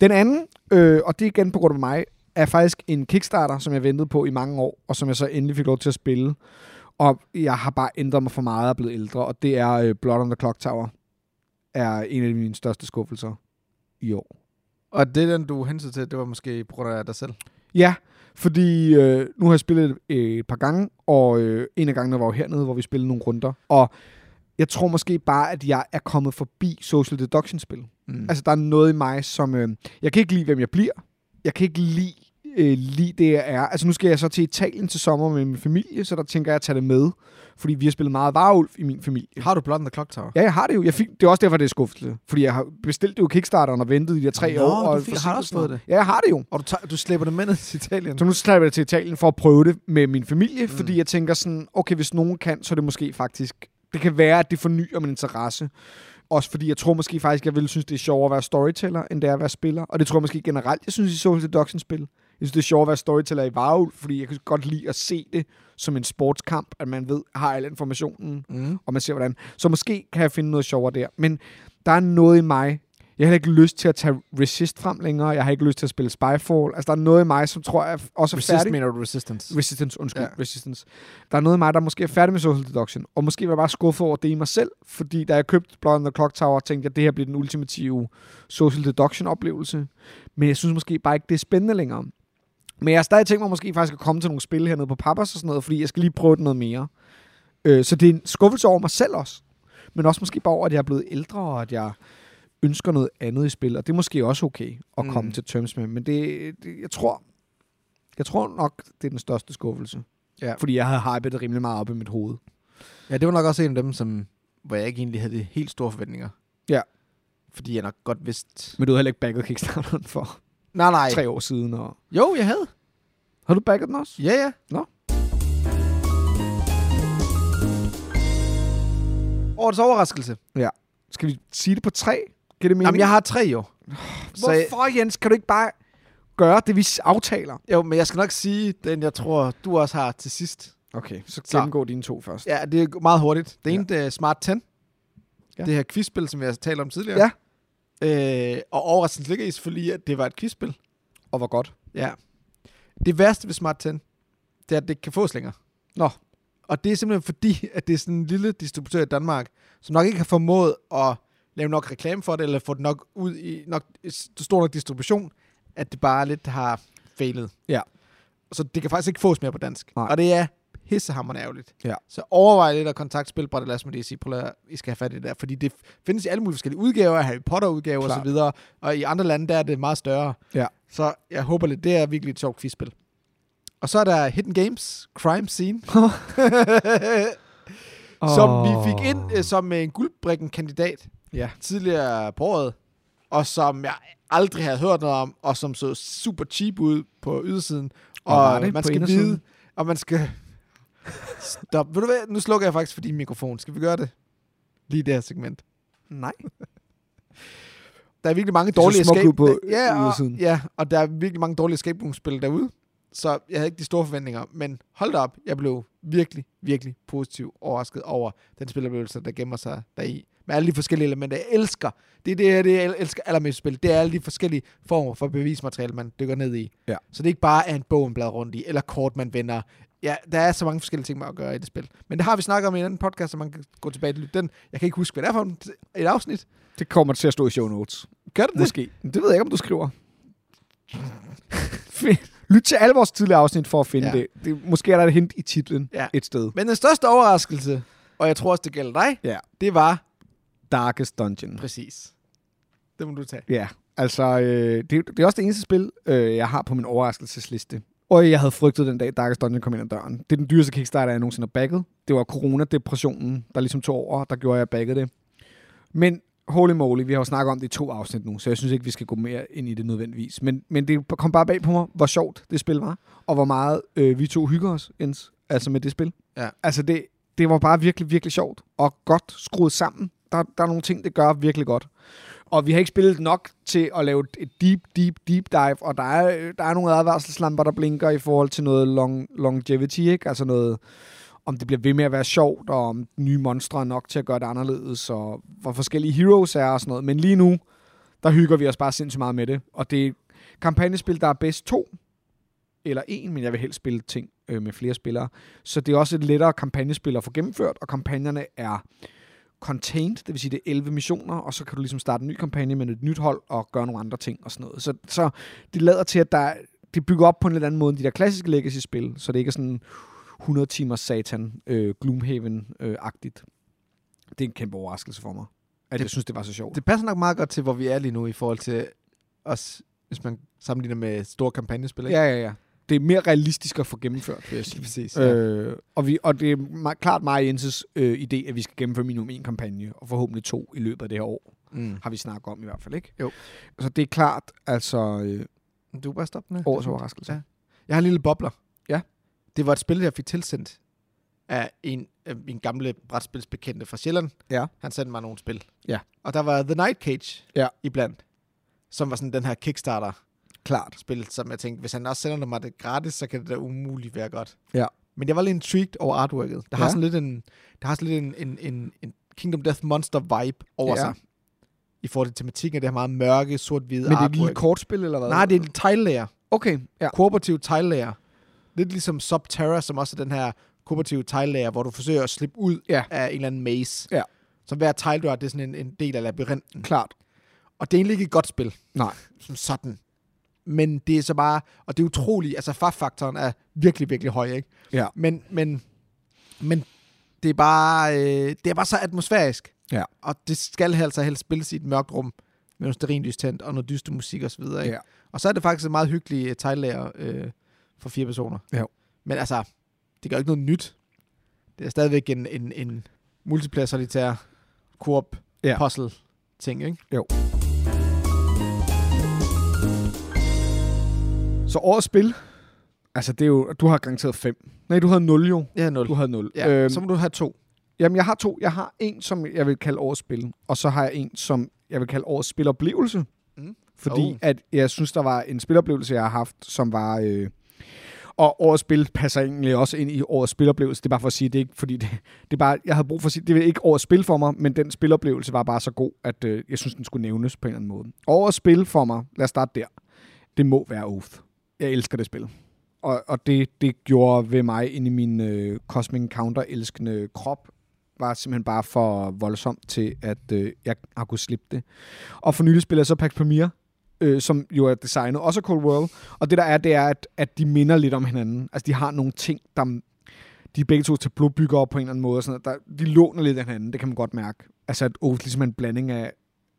[SPEAKER 2] den anden, øh, og det er igen på grund af mig, er faktisk en Kickstarter, som jeg ventede på i mange år, og som jeg så endelig fik lov til at spille. Og jeg har bare ændret mig for meget og er blevet ældre, og det er øh, Blood on the Clock Tower er en af mine største skuffelser i år.
[SPEAKER 1] Og det, den du hensede til, det var måske på grund af dig selv.
[SPEAKER 2] Ja, fordi øh, nu har jeg spillet øh, et par gange, og øh, en af gangene var jo hernede, hvor vi spillede nogle runder. Og jeg tror måske bare, at jeg er kommet forbi social deduction-spil.
[SPEAKER 1] Mm.
[SPEAKER 2] Altså, der er noget i mig, som... Øh, jeg kan ikke lide, hvem jeg bliver. Jeg kan ikke lide, øh, lide det, jeg er. Altså, nu skal jeg så til Italien til sommer med min familie, så der tænker jeg at tage det med. Fordi vi har spillet meget varulv i min familie.
[SPEAKER 1] Har du Blood on the Clock Tower?
[SPEAKER 2] Ja, jeg har det jo. Jeg fik, det er også derfor, det er skuffelse. Fordi jeg har bestilt det jo Kickstarteren og ventet i de der tre
[SPEAKER 1] Nå,
[SPEAKER 2] år.
[SPEAKER 1] du
[SPEAKER 2] og
[SPEAKER 1] fik- har du også fået det?
[SPEAKER 2] Ja, jeg har det jo.
[SPEAKER 1] Og du, tager, du slæber det med ned til Italien?
[SPEAKER 2] Så nu tager jeg det til Italien for at prøve det med min familie, mm.
[SPEAKER 1] Mm.
[SPEAKER 2] fordi jeg tænker sådan, okay, hvis nogen kan, så er det måske faktisk... Det kan være, at det fornyer min interesse. Også fordi jeg tror måske faktisk, jeg ville synes, det er sjovere at være storyteller, end det er at være spiller. Og det tror jeg måske generelt, jeg synes i Social Deduction-spil. Jeg synes, det er sjovere at være storyteller i Varulv, fordi jeg kan godt lide at se det som en sportskamp, at man ved, har al informationen,
[SPEAKER 1] Mm.
[SPEAKER 2] og man ser hvordan. Så måske kan jeg finde noget sjovere der. Men der er noget i mig. Jeg har heller ikke lyst til at tage Resist frem længere. Jeg har ikke lyst til at spille Spyfall. Altså, der er noget i mig, som tror jeg også er
[SPEAKER 1] Resist,
[SPEAKER 2] færdig.
[SPEAKER 1] mener du Resistance?
[SPEAKER 2] Resistance, undskyld. Ja.
[SPEAKER 1] Ja.
[SPEAKER 2] Resistance. Der er noget i mig, der måske er færdig med Social Deduction, og måske var jeg bare skuffet over det i mig selv, fordi da jeg købte Blood on the Clock Tower, tænkte jeg, at det her bliver den ultimative Social Deduction-oplevelse. Men jeg synes måske bare ikke, det er spændende længere. Men jeg har stadig tænkt mig måske faktisk at komme til nogle spil hernede på Pappers og sådan noget, fordi jeg skal lige prøve det noget mere. Øh, så det er en skuffelse over mig selv også. Men også måske bare over, at jeg er blevet ældre, og at jeg ønsker noget andet i spil, og det er måske også okay at komme mm.
[SPEAKER 1] Mm.
[SPEAKER 2] til terms med. Men det, det, jeg tror, jeg tror nok, det er den største skuffelse.
[SPEAKER 1] Ja.
[SPEAKER 2] Fordi jeg havde hypet det rimelig meget op i mit hoved.
[SPEAKER 1] Ja, det var nok også en af dem, som, hvor jeg ikke egentlig havde de helt store forventninger.
[SPEAKER 2] Ja.
[SPEAKER 1] Fordi jeg nok godt vidste...
[SPEAKER 2] Men du havde heller ikke backet Kickstarteren for
[SPEAKER 1] Nej, nej.
[SPEAKER 2] Ej. tre år siden. Og...
[SPEAKER 1] Jo, jeg havde.
[SPEAKER 2] Har du backet den også?
[SPEAKER 1] Ja, ja.
[SPEAKER 2] Nå.
[SPEAKER 1] Årets overraskelse.
[SPEAKER 2] Skal vi sige det på tre? Giver det mening?
[SPEAKER 1] Jamen, jeg har tre jo. så jeg-
[SPEAKER 2] Hvorfor, Jens, kan du ikke bare gøre det, vi s- aftaler?
[SPEAKER 1] Jo, men jeg skal nok sige den, jeg tror, du også har til sidst.
[SPEAKER 2] Okay, så
[SPEAKER 1] Så-
[SPEAKER 2] gennemgå dine to først.
[SPEAKER 1] Ja, det er meget hurtigt. Det
[SPEAKER 2] Ja.
[SPEAKER 1] ene, det er Smart 10.
[SPEAKER 2] Ja.
[SPEAKER 1] Ja. Det her quizspil, som vi har talt om tidligere. Ja. Øh, og overraskelsen ligger i selvfølgelig, i, at det var et quizspil.
[SPEAKER 2] Og hvor godt.
[SPEAKER 1] Ja. Det værste ved Smart 10, det er, at det ikke kan fås længere.
[SPEAKER 2] Nå.
[SPEAKER 1] Og det er simpelthen fordi, at det er sådan en lille distributør i Danmark, som nok ikke har formået at lave nok reklame for det, eller få det nok ud i nok stor nok distribution, at det bare lidt har failet.
[SPEAKER 2] Ja.
[SPEAKER 1] Så det kan faktisk ikke fås mere på dansk.
[SPEAKER 2] Nej.
[SPEAKER 1] Og det er pissehammerende ærgerligt.
[SPEAKER 2] Ja.
[SPEAKER 1] Så overvej lidt at kontakte Spilbræt og Lasmodi og sige, prøv at- I skal have fat i det der. Fordi det findes i alle mulige forskellige udgaver, Harry Potter-udgaver
[SPEAKER 2] Klart.
[SPEAKER 1] osv., videre, og i andre lande, der er det meget større.
[SPEAKER 2] Ja.
[SPEAKER 1] Så jeg håber lidt, det er virkelig et sjovt quizspil. Og så er der Hidden Games, Crime Scene, som vi fik ind øh, som en guldbrikken-kandidat
[SPEAKER 2] Ja.
[SPEAKER 1] tidligere på året, og som jeg aldrig havde hørt noget om, og som så super cheap ud på ydersiden.
[SPEAKER 2] Og
[SPEAKER 1] Og,
[SPEAKER 2] var det på
[SPEAKER 1] man skal
[SPEAKER 2] indersiden?
[SPEAKER 1] vide, og man skal... Stop. Ved du hvad? Nu slukker jeg faktisk for din mikrofon. Skal vi gøre det? Lige i det her segment.
[SPEAKER 2] Nej.
[SPEAKER 1] Der er virkelig mange
[SPEAKER 2] så
[SPEAKER 1] dårlige
[SPEAKER 2] smukt
[SPEAKER 1] escape
[SPEAKER 2] ud på
[SPEAKER 1] ja, og,
[SPEAKER 2] ydersiden.
[SPEAKER 1] ja, og der er virkelig mange dårlige escape room-spil derude. Så jeg havde ikke de store forventninger, men hold da op, jeg blev virkelig, virkelig positiv overrasket over den spiloplevelse, der gemmer sig deri. Med alle de forskellige elementer. Jeg elsker, det er det, jeg- det jeg elsker allermest i spil, det er alle de forskellige former for bevismateriale, man dykker ned i.
[SPEAKER 2] Ja.
[SPEAKER 1] Så det ikke bare er en bog, man bladrer rundt i, eller kort, man vender. Ja, der er så mange forskellige ting, man kan gøre i det spil. Men det har vi snakket om i en anden podcast, så man kan gå tilbage og lytte den. Jeg kan ikke huske, hvad det er for en- et afsnit.
[SPEAKER 2] Det kommer til at stå i show notes.
[SPEAKER 1] Gør det det?
[SPEAKER 2] Måske. Det ved jeg ikke, om du skriver. Lyt til alle vores tidligere afsnit for at finde
[SPEAKER 1] Ja.
[SPEAKER 2] ja. det. det. Måske er der et hint i titlen
[SPEAKER 1] Ja.
[SPEAKER 2] ja. et sted.
[SPEAKER 1] Men den største overraskelse, og jeg tror også, det gælder dig,
[SPEAKER 2] Ja.
[SPEAKER 1] det var
[SPEAKER 2] Darkest Dungeon.
[SPEAKER 1] præcis. Det må du tage.
[SPEAKER 2] Ja, altså øh, det, det er også det eneste spil, øh, jeg har på min overraskelsesliste. Og jeg havde frygtet den dag, Darkest Dungeon kom ind ad døren. Det er den dyreste Kickstarter, jeg nogensinde har bagget. Det var coronadepressionen, der ligesom tog over, der gjorde, at jeg baggede det. Men holy moly, vi har jo snakket om det i to afsnit nu, så jeg synes ikke, vi skal gå mere ind i det nødvendigvis. Men, men det kom bare bag på mig, hvor sjovt det spil var, og hvor meget øh, vi to hygger os, ens, altså med det spil.
[SPEAKER 1] Ja.
[SPEAKER 2] Altså det, det var bare virkelig, virkelig sjovt, og godt skruet sammen. Der, der er nogle ting, det gør virkelig godt. Og vi har ikke spillet nok til at lave et deep, deep, deep dive, og der er, øh, der er nogle advarselslamper, der blinker i forhold til noget long, longevity, ikke? Altså noget, om det bliver ved med at være sjovt, og om nye monstre er nok til at gøre det anderledes, og hvor forskellige heroes er og sådan noget. Men lige nu, der hygger vi os bare sindssygt meget med det. Og det er et kampagnespil, der er bedst to eller en, men jeg vil helst spille ting øh, med flere spillere. Så det er også et lettere kampagnespil at få gennemført, og kampagnerne er contained, det vil sige, det er 11 missioner, og så kan du ligesom starte en ny kampagne med et nyt hold og gøre nogle andre ting og sådan noget. Så, så det lader til, at der, er- det bygger op på en lidt anden måde end de der klassiske Legacy-spil, så det ikke er sådan 100 timers satan, øh, Gloomhaven-agtigt. Det er en kæmpe overraskelse for mig, at
[SPEAKER 1] Det-
[SPEAKER 2] jeg synes, det var så sjovt.
[SPEAKER 1] Det passer nok meget godt til, hvor vi er lige nu i forhold til os, hvis man sammenligner med store kampagnespil. Ikke?
[SPEAKER 2] Ja, ja, ja. Det er mere realistisk at få gennemført, vil jeg
[SPEAKER 1] Lige
[SPEAKER 2] sige.
[SPEAKER 1] præcis. Ja.
[SPEAKER 2] Øh, og, vi, og det er meget, klart mig Jenses øh, idé, at vi skal gennemføre minimum en kampagne, og forhåbentlig to i løbet af det her år,
[SPEAKER 1] Mm.
[SPEAKER 2] har vi snakket om i hvert fald, ikke?
[SPEAKER 1] Jo.
[SPEAKER 2] Så det er klart, altså, øh,
[SPEAKER 1] Du kan bare stoppe med.
[SPEAKER 2] årets overraskelse.
[SPEAKER 1] Ja. Jeg har en lille bobler.
[SPEAKER 2] Ja.
[SPEAKER 1] Det var et spil, jeg fik tilsendt af en af mine gamle brætspilsbekendte fra Sjælland.
[SPEAKER 2] Ja.
[SPEAKER 1] Han sendte mig nogle spil.
[SPEAKER 2] Ja.
[SPEAKER 1] Og der var The Night Cage
[SPEAKER 2] Ja.
[SPEAKER 1] iblandt, som var sådan den her Kickstarter
[SPEAKER 2] Klart.
[SPEAKER 1] spil, som jeg tænkte, hvis han også sender mig det gratis, så kan det da umuligt være godt.
[SPEAKER 2] Ja.
[SPEAKER 1] Men jeg var lidt intrigued over artworket. Der ja. har
[SPEAKER 2] Ja.
[SPEAKER 1] sådan lidt en, der har sådan lidt en, en, en, en Kingdom Death Monster vibe over
[SPEAKER 2] Ja.
[SPEAKER 1] ja. sig. I forhold til tematikken af det her meget mørke, sort-hvide
[SPEAKER 2] Men det er et
[SPEAKER 1] artwork.
[SPEAKER 2] lille kortspil, eller hvad?
[SPEAKER 1] Nej, det er Mm. en teglager.
[SPEAKER 2] Okay, ja.
[SPEAKER 1] Kooperativ teglager. Lidt ligesom Subterra, som også er den her kooperative teglager, hvor du forsøger at slippe ud
[SPEAKER 2] Ja.
[SPEAKER 1] af en eller anden maze.
[SPEAKER 2] Ja.
[SPEAKER 1] Så hver tegl, du har, det er sådan en, en del af labyrinten.
[SPEAKER 2] Klart.
[SPEAKER 1] Og det er egentlig ikke et godt spil.
[SPEAKER 2] Nej.
[SPEAKER 1] Som sådan. Men det er så bare... Og det er utroligt. Altså, farfaktoren er virkelig, virkelig høj, ikke?
[SPEAKER 2] Ja.
[SPEAKER 1] Men, men, men det er bare... Øh, det er bare så atmosfærisk.
[SPEAKER 2] Ja.
[SPEAKER 1] Og det skal altså helst spilles i et mørkt rum med noget sterinlys tændt og noget dyster musik og så videre, ikke?
[SPEAKER 2] Ja.
[SPEAKER 1] Og så er det faktisk en meget hyggelig tegllærer øh, for fire personer.
[SPEAKER 2] Jo.
[SPEAKER 1] Men altså, det gør ikke noget nyt. Det er stadigvæk en, en, en multiplayer solitær koop
[SPEAKER 2] Ja.
[SPEAKER 1] puzzle ting, ikke?
[SPEAKER 2] Så årets spil, altså det er jo, du har garanteret fem. Nej, du havde nul jo.
[SPEAKER 1] Ja, nul.
[SPEAKER 2] Du havde nul.
[SPEAKER 1] Ja, øhm, så må du have to.
[SPEAKER 2] Jamen, jeg har to. Jeg har en, som jeg vil kalde årets spil, og så har jeg en, som jeg vil kalde årets spiloplevelse.
[SPEAKER 1] Mm.
[SPEAKER 2] Mm. Fordi
[SPEAKER 1] Oh.
[SPEAKER 2] oh. at jeg synes, der var en spiloplevelse, jeg har haft, som var... Øh, og årets spil passer egentlig også ind i årets spiloplevelse. Det er bare for at sige, det er ikke fordi... Det, det er bare, jeg havde brug for at sige, det er ikke årets spil for mig, men den spiloplevelse var bare så god, at øh, jeg synes, den skulle nævnes på en eller anden måde. Årets spil for mig, lad os starte der. Det må være Oath. Jeg elsker det spil. Og, og det, det gjorde ved mig inde i min øh, Cosmic Encounter-elskende krop, var simpelthen bare for voldsomt til, at øh, jeg har kunnet slippe det. Og for nylig spiller jeg så Pax Premier, øh, som jo er designet også af Cold World. Og det der er, det er, at, at de minder lidt om hinanden. Altså, de har nogle ting, der... De er begge to til blodbyggere på en eller anden måde. Og sådan noget. Der, de låner lidt af hinanden, det kan man godt mærke. Altså, at Oath ligesom er en blanding af,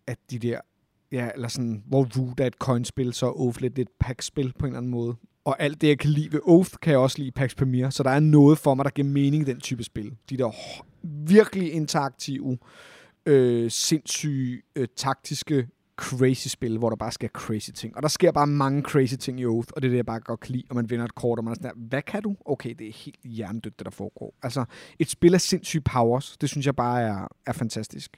[SPEAKER 2] af de der... Ja, eller sådan, hvor Root er et coinspil, så er Oath lidt et packspil på en eller anden måde. Og alt det, jeg kan lide ved Oath, kan jeg også lide i Pax Premier. Så der er noget for mig, der giver mening i den type spil. De der hår- virkelig interaktive, øh, sindssyge, øh, taktiske, crazy spil, hvor der bare sker crazy ting. Og der sker bare mange crazy ting i Oath, og det er det, jeg bare godt kan lide. Og man vinder et kort, og man er sådan der, hvad kan du? Okay, det er helt hjernedødt, det der foregår. Altså, et spil af sindssyge powers, det synes jeg bare er, er fantastisk.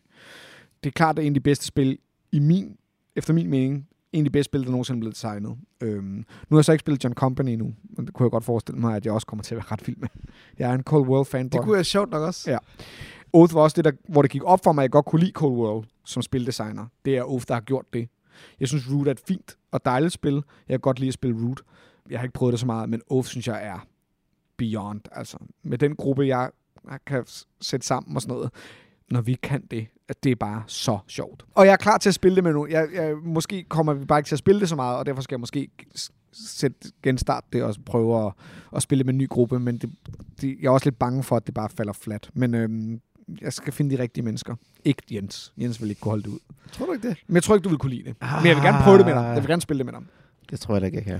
[SPEAKER 2] Det er klart, det er en af de bedste spil i min efter min mening, en af de bedste spil, der nogensinde er blevet designet. Øhm, nu har jeg så ikke spillet John Company endnu, men det kunne jeg godt forestille mig, at jeg også kommer til at være ret vild med. Jeg er en Cold World fanboy.
[SPEAKER 1] Det kunne være sjovt nok også.
[SPEAKER 2] Ja. Oath var også det, der, hvor det gik op for mig, at jeg godt kunne lide Cold World som spildesigner. Det er Oath, der har gjort det. Jeg synes, Root er et fint og dejligt spil. Jeg kan godt lide at spille Root. Jeg har ikke prøvet det så meget, men Oath synes jeg er beyond. Altså, med den gruppe, jeg kan s- sætte sammen og sådan noget, når vi kan det, at det er bare så sjovt. Og jeg er klar til at spille det med nu. Jeg, jeg, måske kommer vi bare ikke til at spille det så meget, og derfor skal jeg måske s- sætte genstart det og prøve at, at spille det med en ny gruppe, men det, det, jeg er også lidt bange for, at det bare falder flat. Men øhm, jeg skal finde de rigtige mennesker. Ikke Jens. Jens vil ikke kunne holde det ud.
[SPEAKER 1] Tror du ikke det?
[SPEAKER 2] Men jeg tror ikke, du vil kunne lide det. Men jeg vil gerne prøve det med dig. Jeg vil gerne spille det med dig.
[SPEAKER 3] Det tror jeg da ikke, jeg kan.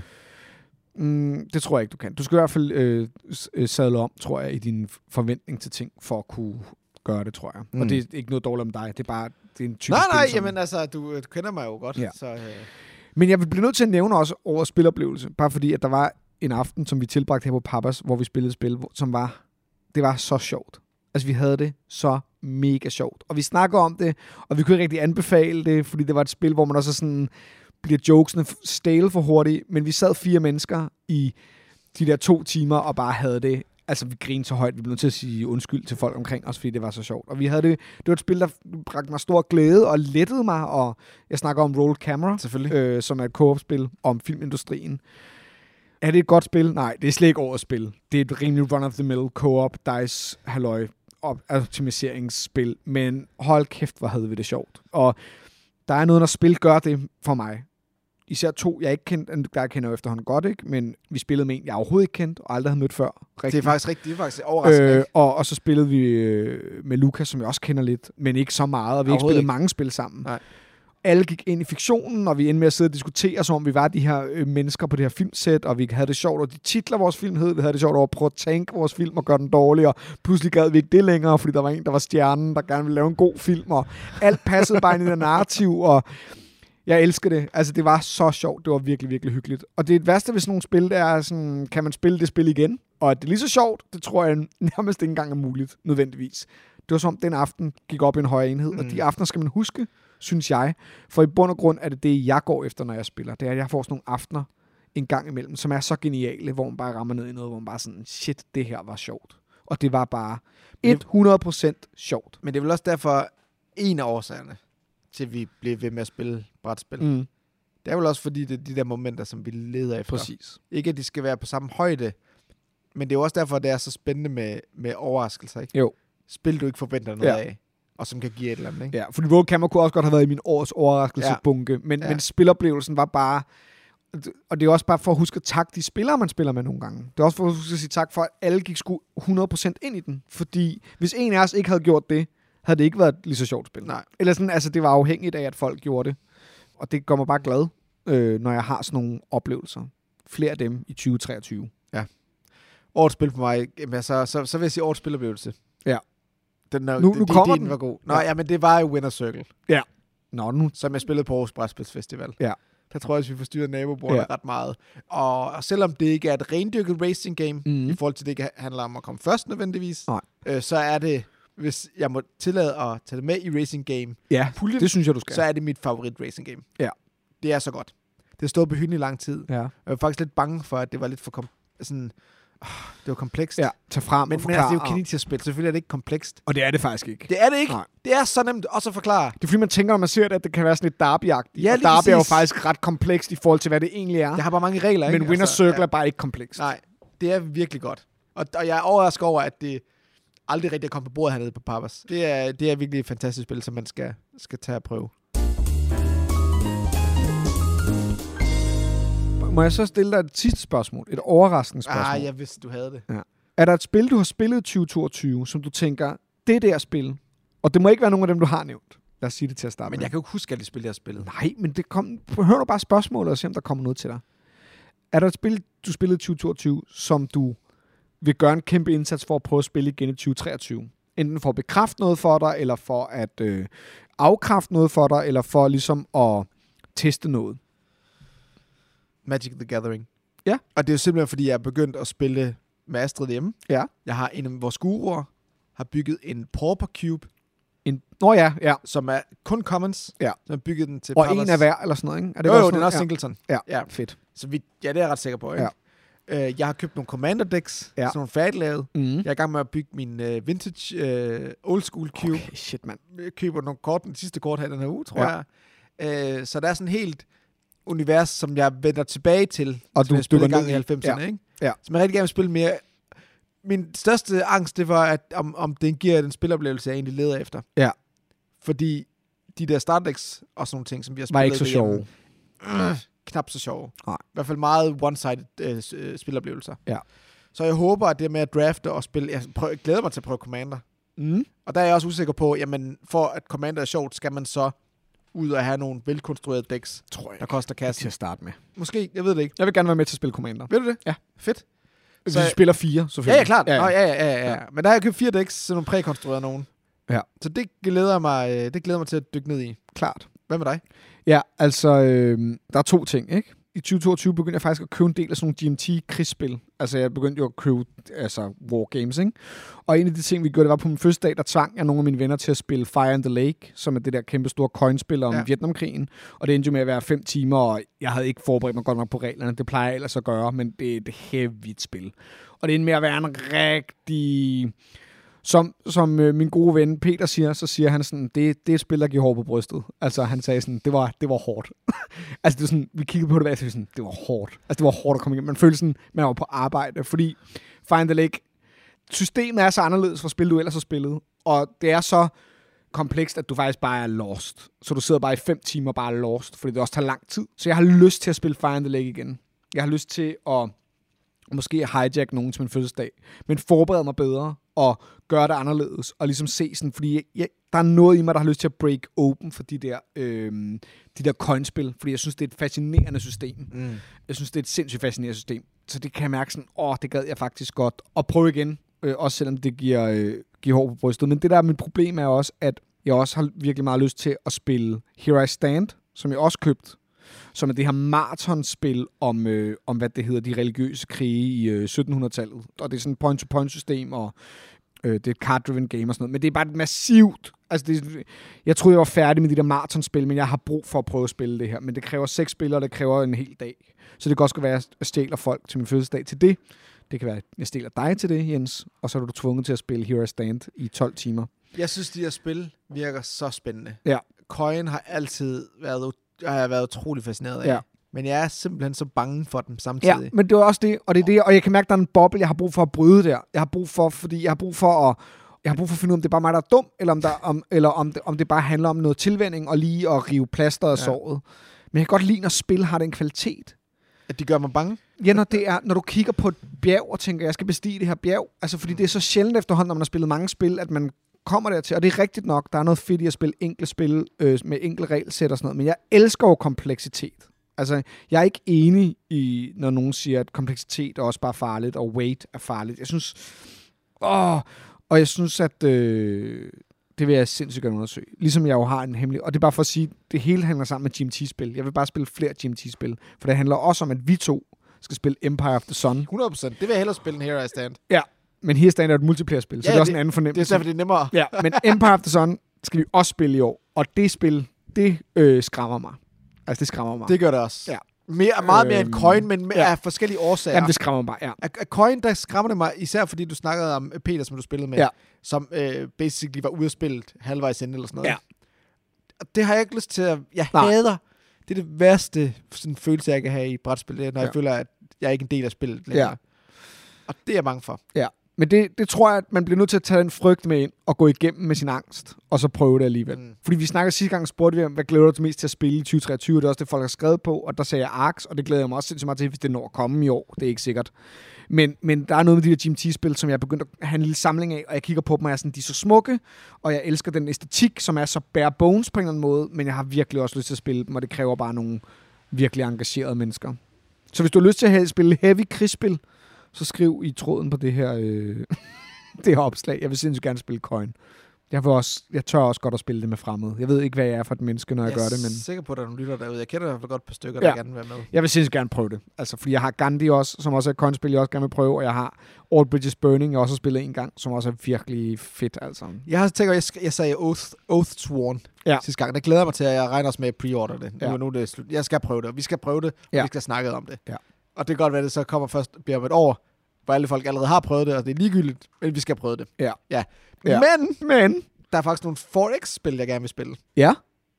[SPEAKER 2] Mm, det tror jeg ikke, du kan. Du skal i hvert fald øh, s- øh, sadle om, tror jeg, i din f- forventning til ting, for at kunne gøre det, tror jeg. Mm.
[SPEAKER 3] Mm.
[SPEAKER 2] Og det er ikke noget dårligt om dig. Det er bare det er en typisk
[SPEAKER 1] Nej, nej,
[SPEAKER 2] spil, som-
[SPEAKER 1] jamen altså, du, øh, du kender mig jo godt.
[SPEAKER 2] Ja.
[SPEAKER 1] Så, øh,
[SPEAKER 2] Men jeg vil blive nødt til at nævne også over spiloplevelse, bare fordi, at der var en aften, som vi tilbragte her på Pappas, hvor vi spillede et spil, hvor- som var, det var så sjovt. Altså, vi havde det så mega sjovt. Og vi snakker om det, og vi kunne ikke rigtig anbefale det, fordi det var et spil, hvor man også er sådan bliver jokesene f- stale for hurtigt. Men vi sad fire mennesker i de der to timer og bare havde det. Altså, vi grinede så højt, vi blev nødt til at sige undskyld til folk omkring os, fordi det var så sjovt. Og vi havde det, det var et spil, der bragte mig stor glæde og lettede mig, og jeg snakker om Roll Camera
[SPEAKER 1] selvfølgelig.
[SPEAKER 2] øh, som er et co-op-spil om filmindustrien. Er det et godt spil? Nej, det er slet ikke årets spil. Det er et rimelig run-of-the-mill co-op, dice, halløj, op- optimiseringsspil. Men hold kæft, hvor havde vi det sjovt. Og der er noget, når spil gør det for mig. Især to, jeg ikke kendte, der kender jeg efterhånden godt, ikke? men vi spillede med en, jeg overhovedet ikke kendte, og aldrig havde mødt før.
[SPEAKER 1] Det er faktisk rigtigt. Det er faktisk overraskende.
[SPEAKER 2] Øh,
[SPEAKER 1] Øh,
[SPEAKER 2] og, og så spillede vi øh, med Lukas, som jeg også kender lidt, men ikke så meget, og vi har ikke
[SPEAKER 1] Overhovedet
[SPEAKER 2] spillet
[SPEAKER 1] ikke.
[SPEAKER 2] mange spil sammen.
[SPEAKER 1] Nej.
[SPEAKER 2] Alle gik ind i fiktionen, og vi endte med at sidde og diskutere, som om vi var de her øh, mennesker på det her filmsæt, og vi havde det sjovt over de titler, vores film hed, vi havde det sjovt over at prøve at tænke vores film og gøre den dårlig, og pludselig gad vi ikke det længere, fordi der var en, der var stjernen, der gerne ville lave en god film, og alt passede bare ind i det narrativ, og jeg elsker det. Altså, det var så sjovt. Det var virkelig, virkelig hyggeligt. Og det værste ved sådan nogle spil, det er sådan, kan man spille det spil igen? Og at det er lige så sjovt, det tror jeg nærmest ikke engang er muligt, nødvendigvis. Det var som om, den aften gik op i en højere enhed, mm. og de aftener skal man huske, synes jeg. For i bund og grund er det det, jeg går efter, når jeg spiller. Det er, at jeg får sådan nogle aftener en gang imellem, som er så geniale, hvor man bare rammer ned i noget, hvor man bare sådan, shit, det her var sjovt. Og det var bare 100% sjovt.
[SPEAKER 1] Men det er vel også derfor en af årsagerne til, at vi bliver ved med at spille brætspil. Mm.
[SPEAKER 2] Mm.
[SPEAKER 1] Det er vel også fordi, det er de der momenter, som vi leder efter.
[SPEAKER 2] Præcis.
[SPEAKER 1] Ikke, at de skal være på samme højde, men det er jo også derfor, det er så spændende med, med overraskelser, ikke?
[SPEAKER 2] Jo.
[SPEAKER 1] Spil, du ikke forventer noget
[SPEAKER 2] Ja.
[SPEAKER 1] af, og som kan give et eller andet, ikke?
[SPEAKER 2] Ja, fordi Road Camera kunne også godt have været i min års overraskelsebunke, ja. men,
[SPEAKER 1] Ja.
[SPEAKER 2] ja. men spiloplevelsen var bare... Og det er også bare for at huske at takke de spillere, man spiller med nogle gange. Det er også for at huske at sige tak for, at alle gik sgu 100% ind i den. Fordi hvis en af os ikke havde gjort det, havde det ikke været et lige så sjovt spil.
[SPEAKER 1] Nej.
[SPEAKER 2] Eller sådan, altså det var afhængigt af, at folk gjorde det. Og det gør mig bare glad, øh, når jeg har sådan nogle oplevelser. Flere af dem i 2023.
[SPEAKER 1] Årets spil for mig, jamen, så, så, så vil jeg sige årets spiloplevelse.
[SPEAKER 2] Ja.
[SPEAKER 1] Den er,
[SPEAKER 2] Nu-
[SPEAKER 1] det-
[SPEAKER 2] nu
[SPEAKER 1] det-
[SPEAKER 2] kommer
[SPEAKER 1] din
[SPEAKER 2] den.
[SPEAKER 1] var god. Nå,
[SPEAKER 2] Ja.
[SPEAKER 1] ja. men det var jo Winner Circle,
[SPEAKER 2] Nå, nu
[SPEAKER 1] som jeg spillede på Aarhus Brætspilsfestival.
[SPEAKER 2] Ja.
[SPEAKER 1] Der tror jeg, at vi forstyrrede nabobordet
[SPEAKER 2] Ja.
[SPEAKER 1] ret meget. Og, og selvom det ikke er et rendyrket racing game,
[SPEAKER 2] Mhm.
[SPEAKER 1] i forhold til, at det ikke handler om at komme først nødvendigvis,
[SPEAKER 2] Nej.
[SPEAKER 1] øh, så er det, hvis jeg må tillade at tage det med i racing game,
[SPEAKER 2] Ja,
[SPEAKER 1] puljen,
[SPEAKER 2] det synes jeg, du skal.
[SPEAKER 1] så er det mit favorit racing game.
[SPEAKER 2] Ja.
[SPEAKER 1] Det er så godt. Det har stået på hylden i lang tid.
[SPEAKER 2] ja.
[SPEAKER 1] Jeg var faktisk lidt bange for, at det var lidt for kom- sådan, oh, det var komplekst.
[SPEAKER 2] ja, tag frem
[SPEAKER 1] Men,
[SPEAKER 2] og
[SPEAKER 1] men altså,
[SPEAKER 2] forklare.
[SPEAKER 1] det er jo Kinesia-spil. Selvfølgelig er det ikke komplekst.
[SPEAKER 2] og det er det faktisk ikke.
[SPEAKER 1] Det er det ikke.
[SPEAKER 2] Nej.
[SPEAKER 1] Det er så nemt også at forklare.
[SPEAKER 2] Det er fordi, man tænker, når man ser det, at det kan være sådan lidt derby Ja,
[SPEAKER 1] Ja,
[SPEAKER 2] og
[SPEAKER 1] lige
[SPEAKER 2] derby er jo
[SPEAKER 1] præcis.
[SPEAKER 2] faktisk ret komplekst i forhold til, hvad det egentlig er.
[SPEAKER 1] Der har bare mange regler,
[SPEAKER 2] Ja,
[SPEAKER 1] ikke?
[SPEAKER 2] men Winner
[SPEAKER 1] Altså,
[SPEAKER 2] Circle ja. er bare ikke komplekst.
[SPEAKER 1] Ja. Nej, det er virkelig godt. Og, og jeg er overrasket over, at det aldrig rigtig er kommet på bordet hernede på Pappas. Det er, det er virkelig et fantastisk spil, som man skal, skal tage og prøve.
[SPEAKER 2] Må jeg så stille dig et sidste spørgsmål? Et overraskende spørgsmål.
[SPEAKER 1] Ah, jeg vidste, du havde det.
[SPEAKER 2] Er der et spil, du har spillet i 2022, som du tænker, det der spil, og det må ikke være nogen af dem, du har nævnt. Lad os sige det til at starte
[SPEAKER 1] Ah, Men
[SPEAKER 2] med.
[SPEAKER 1] jeg kan jo ikke huske alle de spil, jeg har spillet.
[SPEAKER 2] Nej, men det kom... hør nu bare spørgsmålet og se, om der kommer noget til dig. Er der et spil, du spillede i 2022, som du vil gøre en kæmpe indsats for at prøve at spille igen i 2023? Enten for at bekræfte noget for dig, eller for at øh, afkræfte noget for dig, eller for ligesom at teste noget.
[SPEAKER 1] Magic the Gathering.
[SPEAKER 2] Ja.
[SPEAKER 1] Og det er jo simpelthen, fordi jeg er begyndt at spille med Astrid hjemme.
[SPEAKER 2] Ja.
[SPEAKER 1] Jeg har en af vores guruer, har bygget en Pauper Cube.
[SPEAKER 2] En Nå ja, ja.
[SPEAKER 1] som er kun Commons.
[SPEAKER 2] Ja.
[SPEAKER 1] Som har bygget den til
[SPEAKER 2] Og
[SPEAKER 1] Papas.
[SPEAKER 2] en af hver, eller sådan noget, ikke? Er
[SPEAKER 1] Det jo, jo,
[SPEAKER 2] sådan
[SPEAKER 1] den er
[SPEAKER 2] noget?
[SPEAKER 1] også Singleton.
[SPEAKER 2] Ja.
[SPEAKER 1] ja.
[SPEAKER 2] ja. fedt.
[SPEAKER 1] Så vi, ja, det er jeg ret sikker på, ikke? Ja. Øh, jeg har købt nogle Commander decks,
[SPEAKER 2] Ja.
[SPEAKER 1] ja. sådan nogle færdiglavede.
[SPEAKER 2] Mm.
[SPEAKER 1] Jeg er i gang med at bygge min øh, vintage øh, old school cube.
[SPEAKER 2] Okay, shit, mand.
[SPEAKER 1] Jeg køber nogle kort, den sidste kort her i den her uge, tror
[SPEAKER 2] Ja.
[SPEAKER 1] ja. jeg. Øh, så der er sådan helt univers, som jeg vender tilbage til,
[SPEAKER 2] Og
[SPEAKER 1] som
[SPEAKER 2] du
[SPEAKER 1] jeg spillede
[SPEAKER 2] dykker
[SPEAKER 1] gang i
[SPEAKER 2] ned i.
[SPEAKER 1] 90'erne, ikke?
[SPEAKER 2] Ja.
[SPEAKER 1] Som jeg rigtig gerne vil spille mere. Min største angst, det var, at om, om den giver den spiloplevelse, jeg egentlig leder efter.
[SPEAKER 2] Ja.
[SPEAKER 1] Fordi de der startdecks og sådan nogle ting, som vi har spillet
[SPEAKER 2] Var ikke så
[SPEAKER 1] derhjemme,
[SPEAKER 2] sjov.
[SPEAKER 1] øh, knap så sjove.
[SPEAKER 2] Nej.
[SPEAKER 1] I hvert fald meget one-sided øh, s- øh, spiloplevelser.
[SPEAKER 2] Ja.
[SPEAKER 1] Så jeg håber, at det med at drafte og spille... Jeg prøver, jeg glæder mig til at prøve Commander.
[SPEAKER 2] Mm.
[SPEAKER 1] Og der er jeg også usikker på, jamen for at Commander er sjovt, skal man så ud og have nogle velkonstruerede decks,
[SPEAKER 2] Tror jeg
[SPEAKER 1] der koster
[SPEAKER 2] til
[SPEAKER 1] kassen.
[SPEAKER 2] at starte med.
[SPEAKER 1] Måske, jeg ved det ikke.
[SPEAKER 2] Jeg vil gerne være med til at spille Commander.
[SPEAKER 1] Ved du det?
[SPEAKER 2] Ja.
[SPEAKER 1] Fedt.
[SPEAKER 2] Hvis
[SPEAKER 1] Så-
[SPEAKER 2] vi spiller fire,
[SPEAKER 1] Ja,
[SPEAKER 2] selvfølgelig.
[SPEAKER 1] ja, klart. Ja, ja. Nå, ja, ja, ja,
[SPEAKER 2] Ja.
[SPEAKER 1] ja. Men der har jeg købt fire decks, sådan nogle prækonstruerede nogen.
[SPEAKER 2] Ja.
[SPEAKER 1] Så det glæder, mig, øh, det glæder mig til at dykke ned i.
[SPEAKER 2] klart.
[SPEAKER 1] Hvad med dig?
[SPEAKER 2] Ja, altså, øh, der er to ting, ikke? I 2022 begyndte jeg faktisk at købe en del af sådan nogle GMT-krigsspil. Altså, jeg begyndte jo at købe altså, wargames, ikke? Og en af de ting, vi gjorde, det var på min første dag, der tvang jeg nogle af mine venner til at spille Fire in the Lake, som er det der kæmpe store coinspil om ja.
[SPEAKER 1] Ja.
[SPEAKER 2] Vietnamkrigen. Og det endte jo med at være fem timer, og jeg havde ikke forberedt mig godt nok på reglerne. Det plejer jeg ellers at gøre, men det er et heavigt spil. Og det endte med at være en rigtig... Som, som øh, min gode ven Peter siger, så siger han sådan, det, det er et spil, der giver hår på brystet. Altså han sagde sådan, det var, det var hårdt. altså det var sådan, vi kiggede på det, og jeg sådan, det var hårdt. Altså det var hårdt at komme igennem. Man følte sådan, man var på arbejde, fordi Find the Lake, systemet er så anderledes fra spil, du ellers har spillet. Og det er så komplekst, at du faktisk bare er lost. Så du sidder bare i fem timer bare lost, fordi det også tager lang tid. Så jeg har lyst til at spille Fire in the Lake igen. Jeg har lyst til at måske hijack nogen til min fødselsdag, men forberede mig bedre og gøre det anderledes, og ligesom se sådan, fordi jeg, jeg, der er noget i mig, der har lyst til at break open for de der, øhm, de der coinspil, fordi jeg synes, det er et fascinerende system.
[SPEAKER 1] Mm.
[SPEAKER 2] Jeg synes, det er et sindssygt fascinerende system. Så det kan jeg mærke sådan, åh, det gad jeg faktisk godt. Og prøve igen, øh, også selvom det giver, øh, giver hår på brystet. Men det der er mit problem er også, at jeg også har virkelig meget lyst til at spille Here I Stand, som jeg også købte som er det her maratonspil om, øh, om hvad det hedder, de religiøse krige i øh, 1700-tallet. Og det er sådan et point-to-point-system, og øh, det er et card-driven game og sådan noget. Men det er bare et massivt... Altså det, jeg troede, jeg var færdig med de der maratonspil, men jeg har brug for at prøve at spille det her. Men det kræver seks spillere, og det kræver en hel dag. Så det kan også godt være, at jeg stjæler folk til min fødselsdag til det. Det kan være, at jeg stjæler dig til det, Jens. Og så er du tvunget til at spille Here I Stand i 12 timer.
[SPEAKER 1] Jeg synes, de her spil virker så spændende.
[SPEAKER 2] Ja.
[SPEAKER 1] Coin har altid været, ut- har jeg været utrolig fascineret af.
[SPEAKER 2] Ja.
[SPEAKER 1] Men jeg er simpelthen så bange for dem
[SPEAKER 2] Ja,
[SPEAKER 1] samtidig.
[SPEAKER 2] men det er også det, og det er det, og jeg kan mærke, at der er en boble, jeg har brug for at bryde der. Jeg har brug for, fordi jeg har brug for at jeg har brug for at finde ud af, om det er bare mig, der er dum, eller om, der, om, eller om, det, om det bare handler om noget tilvænding og lige at rive plaster af
[SPEAKER 1] Ja.
[SPEAKER 2] såret. Men jeg kan godt lide, når spil har den kvalitet.
[SPEAKER 1] At de gør mig bange.
[SPEAKER 2] Ja, når, det er, når du kigger på et bjerg og tænker, jeg skal bestige det her bjerg. Altså, fordi det er så sjældent efterhånden, når man har spillet mange spil, at man kommer dertil. Og det er rigtigt nok, der er noget fedt i at spille enkle spil øh, med enkelt regelsæt og sådan noget. Men jeg elsker jo kompleksitet. Altså, jeg er ikke enig i, når nogen siger, at kompleksitet er også bare farligt, og weight er farligt. Jeg synes... Åh, og jeg synes, at øh, det vil jeg sindssygt gerne undersøge. Ligesom jeg jo har en hemmelig... Og det er bare for at sige, det hele handler sammen med GMT-spil. Jeg vil bare spille flere GMT-spil. For det handler også om, at vi to skal spille Empire of the Sun.
[SPEAKER 1] 100%. Det vil jeg hellere spille end Here I Stand.
[SPEAKER 2] Ja. Men her stand er et multiplayer-spil, så ja,
[SPEAKER 1] Ja,
[SPEAKER 2] det er også
[SPEAKER 1] det-
[SPEAKER 2] en anden
[SPEAKER 1] Det er
[SPEAKER 2] fornemmelse.
[SPEAKER 1] derfor, det er nemmere.
[SPEAKER 2] Ja, men Empire of the Sun skal vi også spille i år. Og det spil, det øh, skræmmer mig. Altså, det skræmmer mig.
[SPEAKER 1] Det gør det også.
[SPEAKER 2] Ja.
[SPEAKER 1] Mere, meget mere end
[SPEAKER 2] Øhm,
[SPEAKER 1] Coin, men
[SPEAKER 2] ja.
[SPEAKER 1] ja. af forskellige årsager.
[SPEAKER 2] Jamen, det skræmmer mig, ja.
[SPEAKER 1] Af- af Coin, der skræmmer det mig, især fordi du snakkede om øh, Peter, som du spillede med,
[SPEAKER 2] Ja.
[SPEAKER 1] som øh, basically var ude at spille halvvejs inden eller sådan noget.
[SPEAKER 2] Ja.
[SPEAKER 1] Og Det har jeg ikke lyst til at... Jeg
[SPEAKER 2] Nej.
[SPEAKER 1] Nej. hader. Det er det værste sådan, følelse, jeg kan have i et brætspil, det er, når
[SPEAKER 2] Ja.
[SPEAKER 1] jeg føler, at jeg er ikke en del af spillet længere.
[SPEAKER 2] Ja.
[SPEAKER 1] Ja. Og det er jeg bange for.
[SPEAKER 2] Ja, men det, det tror jeg, at man bliver nødt til at tage den frygt med ind og gå igennem med sin angst, og så prøve det alligevel. Mm.
[SPEAKER 1] Mm.
[SPEAKER 2] Fordi vi snakkede sidste gang, spurgte vi om, hvad glæder du dig mest til at spille i 2023? Det er også det, folk har skrevet på, og der sagde jeg ARX, og det glæder jeg mig også sindssygt meget til, hvis det når at komme i år. Det er ikke sikkert. Men, men der er noget med de der GMT-spil, som jeg er begyndt at have en lille samling af, og jeg kigger på dem, og jeg er sådan, de er så smukke, og jeg elsker den æstetik, som er så bare bones på en eller anden måde, men jeg har virkelig også lyst til at spille dem, og det kræver bare nogle virkelig engagerede mennesker. Så hvis du har lyst til at have- spille heavy krigsspil, så skriv i tråden på det her, øh, det her opslag. Jeg vil sindssygt gerne spille Coin. Jeg, vil også, jeg tør også godt at spille det med fremmede. Jeg ved ikke, hvad jeg er for et menneske, når jeg, jeg gør det, men...
[SPEAKER 1] er sikker på, at der er nogle lytter derude. Jeg kender i hvert fald godt et par stykker,
[SPEAKER 2] Ja.
[SPEAKER 1] der gerne vil være med.
[SPEAKER 2] Jeg vil sindssygt gerne prøve det. Altså, fordi jeg har Gandhi også, som også er et coinspil, jeg også gerne vil prøve, og jeg har All Bridges Burning, jeg også har spillet en gang, som også er virkelig fedt, altså.
[SPEAKER 1] Jeg har tænkt, at jeg, sk- jeg sagde Oath, Oathsworn
[SPEAKER 2] Ja.
[SPEAKER 1] ja. sidste gang. Der glæder jeg mig til, at jeg regner os med at pre-order det.
[SPEAKER 2] Ja.
[SPEAKER 1] Ja. Nu, er det slut. Jeg skal prøve det, og vi skal prøve det, og
[SPEAKER 2] Ja.
[SPEAKER 1] ja. vi skal snakke om det.
[SPEAKER 2] Ja.
[SPEAKER 1] Og det kan godt være, at det så kommer først bliver om et år, hvor alle folk allerede har prøvet det, og det er ligegyldigt, men vi skal prøve det.
[SPEAKER 2] Ja.
[SPEAKER 1] ja.
[SPEAKER 2] Ja.
[SPEAKER 1] ja. Men
[SPEAKER 2] Men,
[SPEAKER 1] der er faktisk nogle Forex-spil, jeg gerne vil spille,
[SPEAKER 2] ja,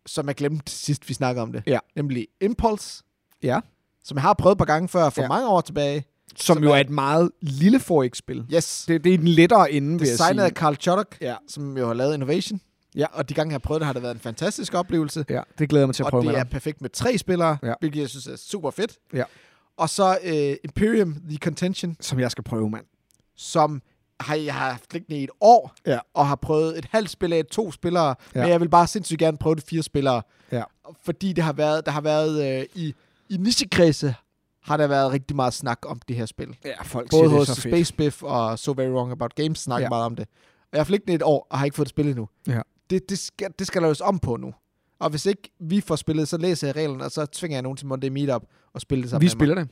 [SPEAKER 1] som jeg glemte sidst, vi snakkede om det.
[SPEAKER 2] Ja.
[SPEAKER 1] Nemlig Impulse,
[SPEAKER 2] ja,
[SPEAKER 1] som jeg har prøvet et par gange før, for
[SPEAKER 2] Ja.
[SPEAKER 1] ja. mange år tilbage.
[SPEAKER 2] som, som
[SPEAKER 1] Som
[SPEAKER 2] jo
[SPEAKER 1] er-
[SPEAKER 2] er et meget lille forex-spil.
[SPEAKER 1] Yes.
[SPEAKER 2] Det, det er den lettere ende, vil jeg
[SPEAKER 1] Designet af
[SPEAKER 2] sige.
[SPEAKER 1] Carl Chodok,
[SPEAKER 2] Ja.
[SPEAKER 1] som jo har lavet Innovation.
[SPEAKER 2] Ja.
[SPEAKER 1] Og de gange, jeg har prøvet det, har det været en fantastisk oplevelse.
[SPEAKER 2] Ja, det glæder jeg mig til at prøve
[SPEAKER 1] og
[SPEAKER 2] med
[SPEAKER 1] det er
[SPEAKER 2] dig.
[SPEAKER 1] perfekt med tre spillere,
[SPEAKER 2] Ja.
[SPEAKER 1] ja. hvilket jeg synes er super fedt.
[SPEAKER 2] Ja.
[SPEAKER 1] Og så øh, Imperium The Contention,
[SPEAKER 2] Som jeg skal prøve, mand.
[SPEAKER 1] som har jeg har haft liggende i et år,
[SPEAKER 2] Ja.
[SPEAKER 1] og har prøvet et halvt spil af to spillere,
[SPEAKER 2] Ja.
[SPEAKER 1] ja. men jeg vil bare sindssygt gerne prøve det fire spillere.
[SPEAKER 2] Ja.
[SPEAKER 1] Fordi det har været, der har været øh, i, i nichekredse, har der været rigtig meget snak om det her spil.
[SPEAKER 2] Ja, folk
[SPEAKER 1] Både
[SPEAKER 2] siger,
[SPEAKER 1] hos
[SPEAKER 2] det er så fedt.
[SPEAKER 1] Space Biff og So Very Wrong About Games snakker
[SPEAKER 2] Ja.
[SPEAKER 1] ja. meget om det. Og jeg har flægt et år, og har ikke fået det spillet endnu.
[SPEAKER 2] Ja.
[SPEAKER 1] Det, det, skal, det skal laves om på nu. Og hvis ikke vi får spillet, så læser jeg reglene, og så tvinger jeg nogen til Monday Meetup og spille det sammen
[SPEAKER 2] Vi
[SPEAKER 1] med
[SPEAKER 2] spiller det.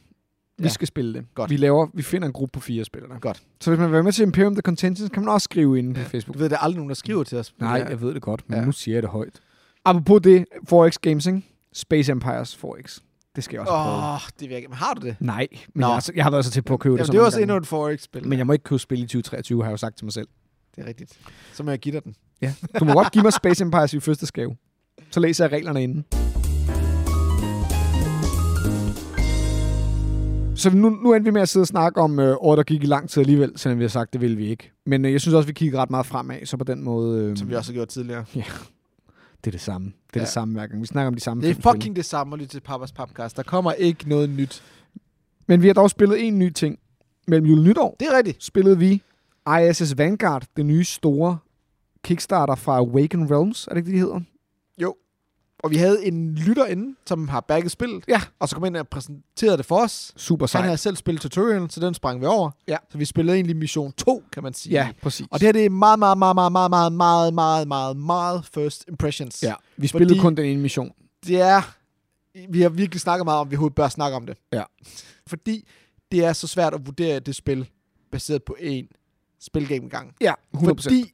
[SPEAKER 2] Vi
[SPEAKER 1] Ja.
[SPEAKER 2] skal spille det.
[SPEAKER 1] Godt.
[SPEAKER 2] Vi, laver, vi finder en gruppe på fire spillere.
[SPEAKER 1] Godt.
[SPEAKER 2] Så hvis man vil være med til Imperium The Contention, kan man også skrive inde på Facebook.
[SPEAKER 1] mig. Du ved, der er aldrig nogen, der skriver til os.
[SPEAKER 2] Nej,
[SPEAKER 1] Ja.
[SPEAKER 2] jeg ved det godt, men ja.
[SPEAKER 1] Ja.
[SPEAKER 2] nu siger jeg det højt. Apropos det, Forex Games, ikke? Space Empires Forex. Det skal jeg også oh. prøve.
[SPEAKER 1] Åh, oh, det virker. Men har du det?
[SPEAKER 2] Nej, men
[SPEAKER 1] Nå.
[SPEAKER 2] jeg, har, så- jeg har været så tæt på at købe
[SPEAKER 1] Jamen,
[SPEAKER 2] det så
[SPEAKER 1] det er
[SPEAKER 2] mange
[SPEAKER 1] også
[SPEAKER 2] gange.
[SPEAKER 1] endnu et Forex-spil.
[SPEAKER 2] Men jeg må ikke købe spil i 2023, har jeg jo sagt til mig selv.
[SPEAKER 1] Det er rigtigt. Så må jeg give dig den.
[SPEAKER 2] Ja. Du må godt give mig Space Empires i første skave. Så læser jeg reglerne inden. Så nu, nu endte vi med at sidde og snakke om øh, år, der gik i lang tid alligevel, selvom vi har sagt, det ville vi ikke. Men øh, jeg synes også, vi kiggede ret meget fremad, så på den måde... Øh,
[SPEAKER 1] Som vi også har gjort tidligere.
[SPEAKER 2] Det er det samme. Det er ja.
[SPEAKER 1] Ja.
[SPEAKER 2] det samme hver gang. Vi snakker om de samme
[SPEAKER 1] Det er
[SPEAKER 2] fem spil.
[SPEAKER 1] fucking det samme at lytte til Papas Podcast. Der kommer ikke noget nyt.
[SPEAKER 2] Men vi har dog spillet en ny ting. Mellem jul og nytår
[SPEAKER 1] Det er rigtigt.
[SPEAKER 2] spillede vi ISS Vanguard, det nye store Kickstarter fra Awaken Realms, er det ikke det, de hedder?
[SPEAKER 1] Og vi havde en lytter inde, som har bagget spillet.
[SPEAKER 2] Ja.
[SPEAKER 1] Og så kom ind og præsenterede det for os.
[SPEAKER 2] Super
[SPEAKER 1] Så
[SPEAKER 2] sejt.
[SPEAKER 1] han havde selv spillet tutorialen, så den sprang vi over.
[SPEAKER 2] Ja.
[SPEAKER 1] Så vi spillede egentlig mission 2, kan man sige.
[SPEAKER 2] Ja, præcis.
[SPEAKER 1] Og det her, det er meget, meget, meget, meget, meget, meget, meget, meget, meget, meget first impressions.
[SPEAKER 2] ja, vi spillede
[SPEAKER 1] fordi-
[SPEAKER 2] kun den ene mission.
[SPEAKER 1] Det er... Vi har virkelig snakket meget om, at vi overhovedet bør snakke om det.
[SPEAKER 2] Ja.
[SPEAKER 1] Fordi det er så svært at vurdere det spil, baseret på én spilgame gang.
[SPEAKER 2] Ja, 100%.
[SPEAKER 1] Fordi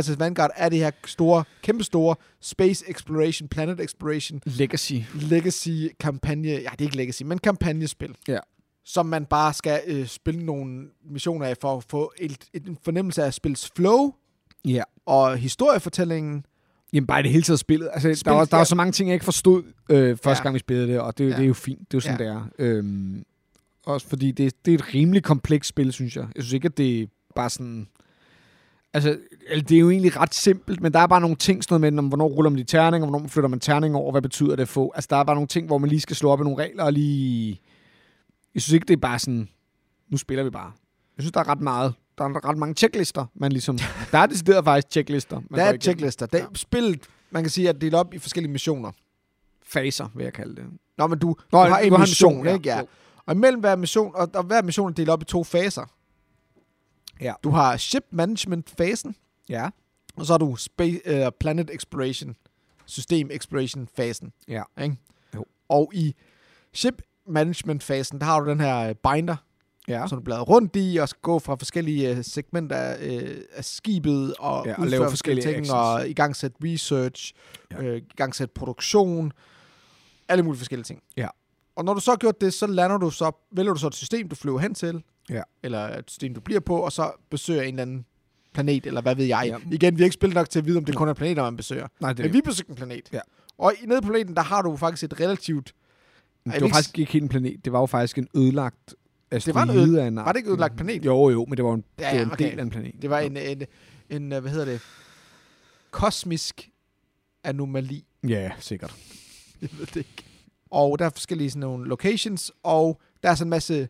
[SPEAKER 1] ISS Vanguard er det her store, kæmpestore space exploration, planet exploration,
[SPEAKER 2] Legacy.
[SPEAKER 1] legacy-kampagne, ja, det er ikke legacy, men kampagnespil,
[SPEAKER 2] Ja.
[SPEAKER 1] som man bare skal øh, spille nogle missioner af for at få et, et, en fornemmelse af spillets flow
[SPEAKER 2] Ja.
[SPEAKER 1] og historiefortællingen.
[SPEAKER 2] Jamen bare i det hele taget spillet. Altså, Spil,
[SPEAKER 1] Spil-
[SPEAKER 2] der, var, der var
[SPEAKER 1] ja.
[SPEAKER 2] så mange ting, jeg ikke forstod øh, første ja.
[SPEAKER 1] Ja.
[SPEAKER 2] gang, vi spillede det, og det, ja.
[SPEAKER 1] Ja.
[SPEAKER 2] det er jo fint. Det er jo sådan, ja.
[SPEAKER 1] Ja.
[SPEAKER 2] det er. Øhm, også fordi det, det er et rimelig komplekst spil, synes jeg. Jeg synes ikke, at det er bare sådan... Altså, eller det er jo egentlig ret simpelt, men der er bare nogle ting, sådan noget med, om, hvornår ruller man de terninger, hvornår flytter man terning over, hvad betyder det at få? Altså, der er bare nogle ting, hvor man lige skal slå op i nogle regler og lige... Jeg synes ikke, det er bare sådan, nu spiller vi bare. Jeg synes, der er ret meget. Der er ret mange checklister, man ligesom... Der er decideret faktisk checklister. Man
[SPEAKER 1] Der
[SPEAKER 2] går
[SPEAKER 1] er
[SPEAKER 2] igennem.
[SPEAKER 1] checklister. Der,
[SPEAKER 2] Ja.
[SPEAKER 1] ja. Spillet, man kan sige, at det er delt op i forskellige missioner.
[SPEAKER 2] Faser, vil jeg kalde det.
[SPEAKER 1] Nå, men du,
[SPEAKER 2] Nå,
[SPEAKER 1] Nå, du har en
[SPEAKER 2] du har en
[SPEAKER 1] mission,
[SPEAKER 2] mission, ja.
[SPEAKER 1] ikke? Ja.
[SPEAKER 2] Jo.
[SPEAKER 1] Og imellem hver mission, og, og hver mission er delt op i to faser.
[SPEAKER 2] Ja.
[SPEAKER 1] Du har ship management-fasen,
[SPEAKER 2] Ja.
[SPEAKER 1] Og så har du space, øh, Planet Exploration, System Exploration-fasen.
[SPEAKER 2] Ja.
[SPEAKER 1] Ikke?
[SPEAKER 2] Jo.
[SPEAKER 1] Og i Ship Management-fasen, der har du den her øh, binder,
[SPEAKER 2] Ja.
[SPEAKER 1] ja. som du bladrer rundt i, og skal gå fra forskellige øh, segmenter af, øh, af skibet, og,
[SPEAKER 2] Ja,
[SPEAKER 1] ja,
[SPEAKER 2] og
[SPEAKER 1] og
[SPEAKER 2] lave
[SPEAKER 1] lave forskellige ting,
[SPEAKER 2] forskellige actions.
[SPEAKER 1] og i gang sætte research,
[SPEAKER 2] Ja.
[SPEAKER 1] ja. øh, i gang sætte produktion, alle mulige forskellige ting.
[SPEAKER 2] Ja.
[SPEAKER 1] Og når du så har gjort det, så lander du så, vælger du så et system, du flyver hen til,
[SPEAKER 2] Ja.
[SPEAKER 1] eller et system, du bliver på, og så besøger en eller anden planet, eller hvad ved jeg.
[SPEAKER 2] Ja.
[SPEAKER 1] Ja. Igen, vi har ikke spillet nok til at vide, om det kun er planeter, man besøger.
[SPEAKER 2] Nej, det,
[SPEAKER 1] Men vi besøgte en planet.
[SPEAKER 2] Ja.
[SPEAKER 1] Og i- nede på planeten, der har du faktisk et relativt...
[SPEAKER 2] det var faktisk ikke helt en planet. Det var jo faktisk en ødelagt
[SPEAKER 1] Det var en
[SPEAKER 2] asteroide
[SPEAKER 1] øde,
[SPEAKER 2] af en
[SPEAKER 1] var det ikke ødelagt planet?
[SPEAKER 2] Jo, jo, men det var en,
[SPEAKER 1] Ja,
[SPEAKER 2] det var en
[SPEAKER 1] okay.
[SPEAKER 2] del af en planet.
[SPEAKER 1] Det var en, en, en, øh, hvad hedder det, kosmisk anomali.
[SPEAKER 2] Ja, sikkert.
[SPEAKER 1] Jeg ved det ikke. Og der er forskellige sådan nogle locations, og der er sådan en masse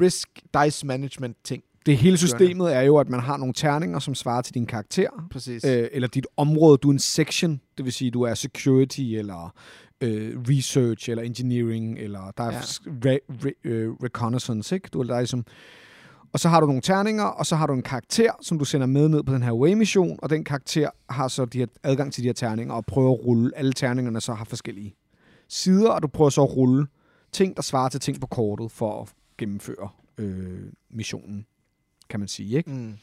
[SPEAKER 1] risk dice management ting.
[SPEAKER 2] Det hele systemet er jo, at man har nogle terninger, som svarer til din karakter,
[SPEAKER 1] Præcis. Øh,
[SPEAKER 2] øh, eller dit område. Du er en section, det vil sige, du er security, eller øh, research, eller engineering, eller der er
[SPEAKER 1] Ja.
[SPEAKER 2] ja. re, re, øh, reconnaissance, ikke? Du er der ligesom... Og så har du nogle terninger, og så har du en karakter, som du sender med ned på den her away-mission, og den karakter har så de her, adgang til de her terninger, og prøver at rulle alle terningerne, så har forskellige sider, og du prøver så at rulle ting, der svarer til ting på kortet, for at gennemføre øh, missionen, kan man sige. Ikke?
[SPEAKER 1] Mm.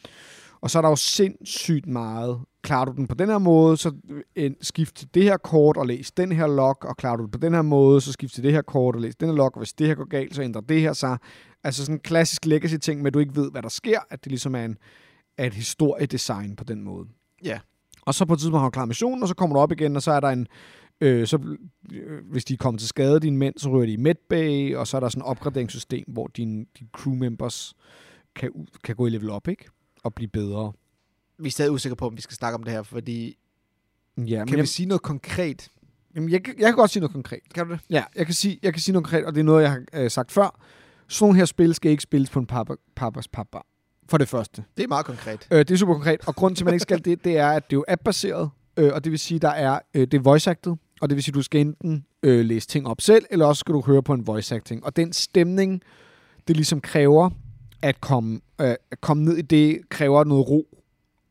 [SPEAKER 2] Og så er der jo sindssygt meget. Klarer du den på den her måde, så øh, skift til det her kort og læs den her log, og klarer du den på den her måde, så skift til det her kort og læs den her log, og hvis det her går galt, så ændrer det her sig. Altså sådan en klassisk legacy-ting med, at du ikke ved, hvad der sker, at det ligesom er en er et historiedesign på den måde.
[SPEAKER 1] Ja.
[SPEAKER 2] Og så på et tidspunkt har du klaret missionen, og så kommer du op igen, og så er der en... Øh, så, øh, hvis de er kommet til skade, dine mænd, så ryger de i medbay, og så er der sådan et opgraderingssystem, hvor dine, dine crew members kan, ud- kan gå i level up, ikke? Og blive bedre.
[SPEAKER 1] Vi er stadig usikre på, om vi skal snakke om det her, fordi...
[SPEAKER 2] Mm, Ja, men
[SPEAKER 1] Kan vi
[SPEAKER 2] jeg,
[SPEAKER 1] sige noget konkret?
[SPEAKER 2] jamen, jeg, kan- jeg kan godt sige noget konkret.
[SPEAKER 1] Kan du det?
[SPEAKER 2] Ja, jeg kan sige, jeg kan sige noget konkret, og det er noget, jeg har øh, sagt før. Sådan nogle her spil skal ikke spilles på en pappas pappas papbar. For det første.
[SPEAKER 1] Det er meget konkret.
[SPEAKER 2] Øh, det er super konkret, og grunden til, at man ikke skal det, det er, at det er jo app-baseret, øh, og det vil sige, der er øh, det er voice acted, og det vil sige, du skal enten øh, læse ting op selv, eller også skal du høre på en voice acting. Og den stemning, det ligesom kræver at komme, øh, at komme ned i det, kræver noget ro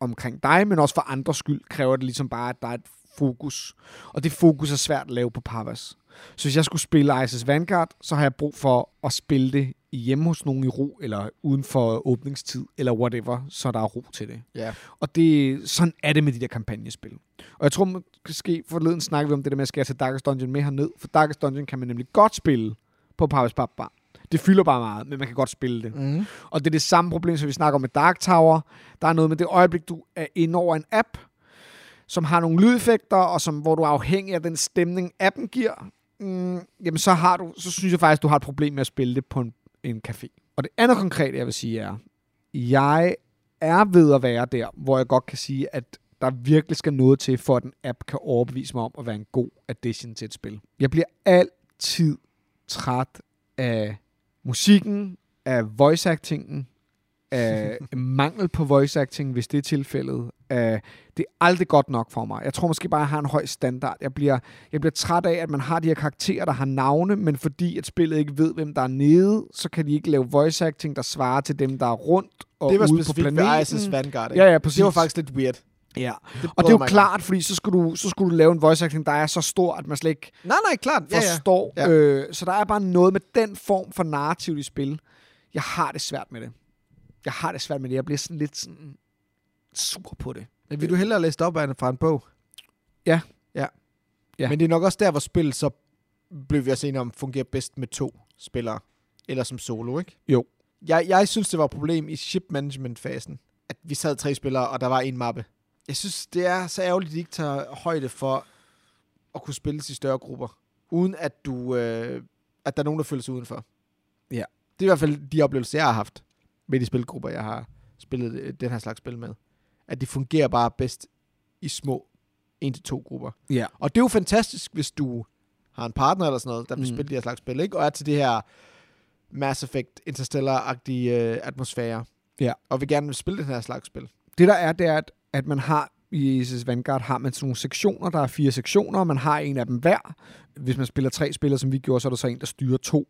[SPEAKER 2] omkring dig, men også for andres skyld kræver det ligesom bare, at der er et fokus. Og det fokus er svært at lave på Pavas. Så hvis jeg skulle spille ISS Vanguard, så har jeg brug for at spille det hjemme hos nogen i ro, eller uden for åbningstid, eller whatever, så der er ro til det.
[SPEAKER 1] Ja.
[SPEAKER 2] Og det, sådan er det med de der kampagnespil. Og jeg tror måske forleden snakkede vi om det der med, at skal jeg tage Darkest Dungeon med herned? For Darkest Dungeon kan man nemlig godt spille på Papas Pap Bar. Det fylder bare meget, men man kan godt spille det.
[SPEAKER 1] Mm.
[SPEAKER 2] Og det er det samme problem, som vi snakker om med Dark Tower. Der er noget med det øjeblik, du er inde over en app, som har nogle lydeffekter, og som, hvor du er afhængig af den stemning, appen giver, mm, jamen så, har du, så synes jeg faktisk, du har et problem med at spille det på en, en café. Og det andet konkrete, jeg vil sige, er, jeg er ved at være der, hvor jeg godt kan sige, at der virkelig skal noget til, for at en app kan overbevise mig om at være en god addition til et spil. Jeg bliver altid træt af musikken, af voice actingen, af mangel på voice acting, hvis det er tilfældet. Af, det er aldrig godt nok for mig. Jeg tror måske bare, at jeg har en høj standard. Jeg bliver, jeg bliver træt af, at man har de her karakterer, der har navne, men fordi at spillet ikke ved, hvem der er nede, så kan de ikke lave voice acting, der svarer til dem, der er rundt og
[SPEAKER 1] Det var
[SPEAKER 2] ude på
[SPEAKER 1] specifikt
[SPEAKER 2] planeten.
[SPEAKER 1] ved ISS Vanguard, ikke?
[SPEAKER 2] Ja, ja, præcis.
[SPEAKER 1] Det var faktisk lidt weird.
[SPEAKER 2] ja.
[SPEAKER 1] Det
[SPEAKER 2] Og det
[SPEAKER 1] bryder mig
[SPEAKER 2] er jo
[SPEAKER 1] ikke om.
[SPEAKER 2] klart, fordi så skulle, du, så skulle du lave en voice acting, der er så stor, at man slet ikke
[SPEAKER 1] Nej, nej, klart. Ja, ja.
[SPEAKER 2] forstår. Ja,
[SPEAKER 1] Ja.
[SPEAKER 2] ja. Øh, så der er bare noget med den form for narrativ i spil. Jeg har det svært med det. Jeg har det svært med det. Jeg bliver sådan lidt sådan sur på det.
[SPEAKER 1] Men vil du hellere læse det op af en- fra en bog?
[SPEAKER 2] Ja.
[SPEAKER 1] ja.
[SPEAKER 2] Ja.
[SPEAKER 1] Ja. Men det er nok også der, hvor spillet så blev vi også enige om, fungerer bedst med to spillere. Eller som solo, ikke?
[SPEAKER 2] Jo.
[SPEAKER 1] Jeg, jeg synes, det var et problem i ship management-fasen, at vi sad tre spillere, og der var en mappe. Jeg synes, det er så ærgerligt, at de ikke tager højde for at kunne spilles i større grupper, uden at, du, øh, at der er nogen, der føler sig udenfor.
[SPEAKER 2] Ja.
[SPEAKER 1] Det er i hvert fald de oplevelser, jeg har haft med de spilgrupper, jeg har spillet øh, den her slags spil med. At det fungerer bare bedst i små en til to grupper.
[SPEAKER 2] Ja.
[SPEAKER 1] Og det er jo fantastisk, hvis du har en partner eller sådan noget, der vil
[SPEAKER 2] Mm.
[SPEAKER 1] spille de her slags spil, ikke? Og er til det her Mass Effect, Interstellar-agtige øh, atmosfære.
[SPEAKER 2] Ja.
[SPEAKER 1] Og vil gerne spille den her slags spil.
[SPEAKER 2] Det der er, det er, at, at man har i ISS Vanguard har man sådan nogle sektioner. Der er fire sektioner, og man har en af dem hver. Hvis man spiller tre spillere, som vi gjorde, så er der så en, der styrer to.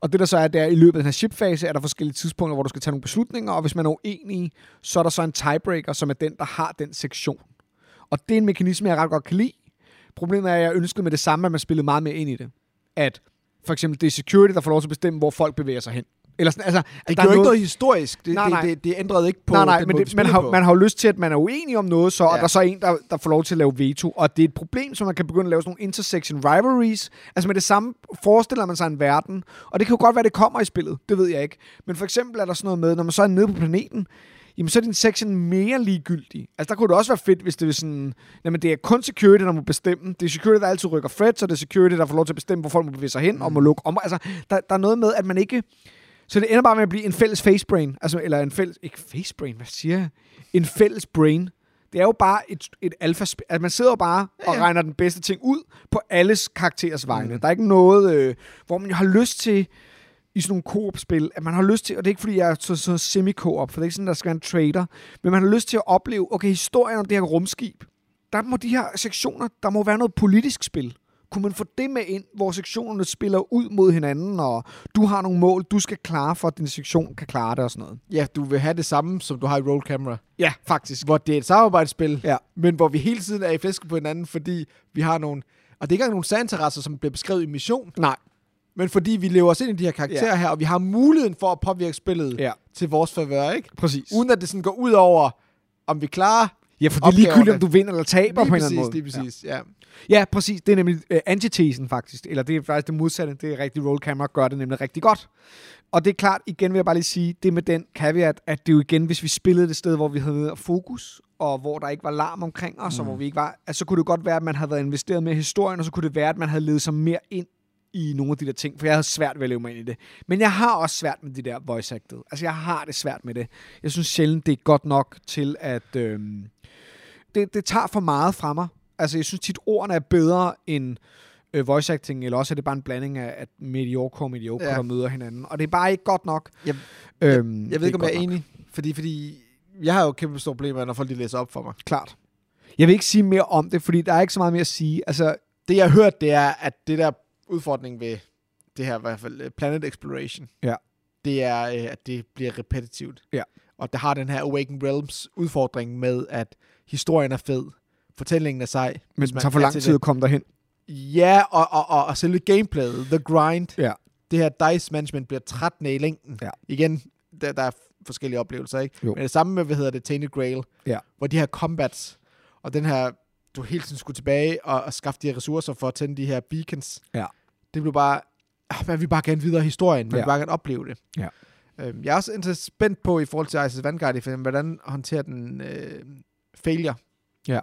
[SPEAKER 2] Og det der så er, det er, at i løbet af den her shipfase er der forskellige tidspunkter, hvor du skal tage nogle beslutninger, og hvis man er uenig, så er der så en tiebreaker, som er den, der har den sektion. Og det er en mekanisme, jeg ret godt kan lide. Problemet er, at jeg ønskede med det samme, at man spillede meget mere ind i det. At for eksempel det er security, der får lov til at bestemme, hvor folk bevæger sig hen. Eller sådan, altså, at
[SPEAKER 1] Det
[SPEAKER 2] der
[SPEAKER 1] gjorde
[SPEAKER 2] er
[SPEAKER 1] noget... ikke noget historisk. Det,
[SPEAKER 2] Nej,
[SPEAKER 1] nej, det,
[SPEAKER 2] nej.
[SPEAKER 1] Det, det, ændrede ikke på
[SPEAKER 2] nej, nej,
[SPEAKER 1] den
[SPEAKER 2] men
[SPEAKER 1] måde,
[SPEAKER 2] det,
[SPEAKER 1] vi
[SPEAKER 2] man,
[SPEAKER 1] spillede
[SPEAKER 2] har,
[SPEAKER 1] på.
[SPEAKER 2] man har jo lyst til, at man er uenig om noget, så, ja. og
[SPEAKER 1] Ja.
[SPEAKER 2] der er så en, der, der får lov til at lave veto. Og det er et problem, så man kan begynde at lave sådan nogle intersection rivalries. Altså med det samme forestiller man sig en verden. Og det kan jo godt være, det kommer i spillet. Det ved jeg ikke. Men for eksempel er der sådan noget med, når man så er nede på planeten, jamen så er din section mere ligegyldig. Altså der kunne det også være fedt, hvis det var sådan, jamen det er kun security, der må bestemme. Det er security, der altid rykker threads, og det er security, der får lov til at bestemme, hvor folk må bevæge sig hen
[SPEAKER 1] Mm.
[SPEAKER 2] og må lukke om. Altså der, der er noget med, at man ikke... Så det ender bare med at blive en fælles facebrain. Altså, eller en fælles... Ikke facebrain, hvad siger jeg? En fælles brain. Det er jo bare et, et alfa... At man sidder jo bare og
[SPEAKER 1] Ja, Mm. ja.
[SPEAKER 2] regner den bedste ting ud på alles karakterers vegne. Der er ikke noget, øh, hvor man jo har lyst til i sådan nogle koop-spil, at man har lyst til, og det er ikke fordi, jeg er så, så semi-koop, for det er ikke sådan, der skal være en trader, men man har lyst til at opleve, okay, historien om det her rumskib, der må de her sektioner, der må være noget politisk spil. Kunne man få det med ind, hvor sektionerne spiller ud mod hinanden, og du har nogle mål, du skal klare, for at din sektion kan klare det og sådan noget?
[SPEAKER 1] Ja, du vil have det samme, som du har i Roll Camera.
[SPEAKER 2] Ja, faktisk.
[SPEAKER 1] Hvor det er et samarbejdsspil,
[SPEAKER 2] Ja.
[SPEAKER 1] men hvor vi hele tiden er i flæsket på hinanden, fordi vi har nogle... Og det er ikke engang nogle særinteresser, som bliver beskrevet i Mission,
[SPEAKER 2] Nej.
[SPEAKER 1] men fordi vi lever os ind i de her karakterer
[SPEAKER 2] Ja.
[SPEAKER 1] her, og vi har muligheden for at påvirke spillet
[SPEAKER 2] Ja.
[SPEAKER 1] til vores favør, ikke?
[SPEAKER 2] Præcis.
[SPEAKER 1] Uden at det sådan går ud over, om vi klarer
[SPEAKER 2] Ja, for det er ligegyldigt,
[SPEAKER 1] opgaverne.
[SPEAKER 2] om du vinder eller taber
[SPEAKER 1] lige
[SPEAKER 2] på en
[SPEAKER 1] præcis,
[SPEAKER 2] eller anden måde.
[SPEAKER 1] lige præcis, ja. Mm,
[SPEAKER 2] Ja, præcis. Det er nemlig øh, antitesen faktisk. Eller det er faktisk det modsatte. Det er rigtig roll camera gør det nemlig rigtig godt. Og det er klart, igen vil jeg bare lige sige, det med den caveat, at det jo igen, hvis vi spillede det sted, hvor vi havde mere fokus, og hvor der ikke var larm omkring os, mm. og hvor vi ikke var, altså, så kunne det godt være, at man havde været investeret med historien, og så kunne det være, at man havde levet sig mere ind i nogle af de der ting, for jeg havde svært ved at leve mig ind i det. Men jeg har også svært med de der voice acted. Altså, jeg har det svært med det. Jeg synes sjældent, det er godt nok til at... Øhm, det, det tager for meget fra mig. Altså, jeg synes tit, ordene er bedre end øh, voice acting, eller også er det bare en blanding af at mediocre og mediocre, ja.
[SPEAKER 1] Ja.
[SPEAKER 2] der møder hinanden. Og det er bare ikke godt nok.
[SPEAKER 1] Jeg-
[SPEAKER 2] øhm,
[SPEAKER 1] Jeg ved ikke, om jeg er enig, fordi, fordi jeg har jo kæmpe store problemer, når folk lige læser op for mig.
[SPEAKER 2] Klart. Jeg vil ikke sige mere om det, fordi der er ikke så meget mere at sige. Altså,
[SPEAKER 1] Det, jeg har hørt, det er, at det der udfordring ved det her, i hvert fald øh, Planet Exploration,
[SPEAKER 2] Ja.
[SPEAKER 1] det er, øh, at det bliver repetitivt.
[SPEAKER 2] Ja.
[SPEAKER 1] Og der har den her Awaken Realms udfordring med, at historien er fed, fortællingen er sej.
[SPEAKER 2] men
[SPEAKER 1] hvis
[SPEAKER 2] det
[SPEAKER 1] man
[SPEAKER 2] tager for
[SPEAKER 1] er
[SPEAKER 2] lang
[SPEAKER 1] til
[SPEAKER 2] tid at komme derhen.
[SPEAKER 1] det. Ja, og, og, og, og selve gameplayet, the grind,
[SPEAKER 2] Ja.
[SPEAKER 1] det her dice management bliver trættende i længden.
[SPEAKER 2] Ja.
[SPEAKER 1] Igen, der, der er forskellige oplevelser, ikke?
[SPEAKER 2] Jo.
[SPEAKER 1] Men det samme med, hvad hedder det, Tainted Grail,
[SPEAKER 2] Ja.
[SPEAKER 1] hvor de her combats, og den her, du hele tiden skulle tilbage og, og skaffe de her ressourcer for at tænde de her beacons.
[SPEAKER 2] Ja.
[SPEAKER 1] Det blev bare, ah, man vil bare gerne videre i historien, man
[SPEAKER 2] Ja.
[SPEAKER 1] vil bare gerne opleve det.
[SPEAKER 2] Ja.
[SPEAKER 1] Øhm, Jeg er også inter- spændt på i forhold til Isis Vanguard, i filmen, hvordan håndterer den øh, failure?
[SPEAKER 2] Ja.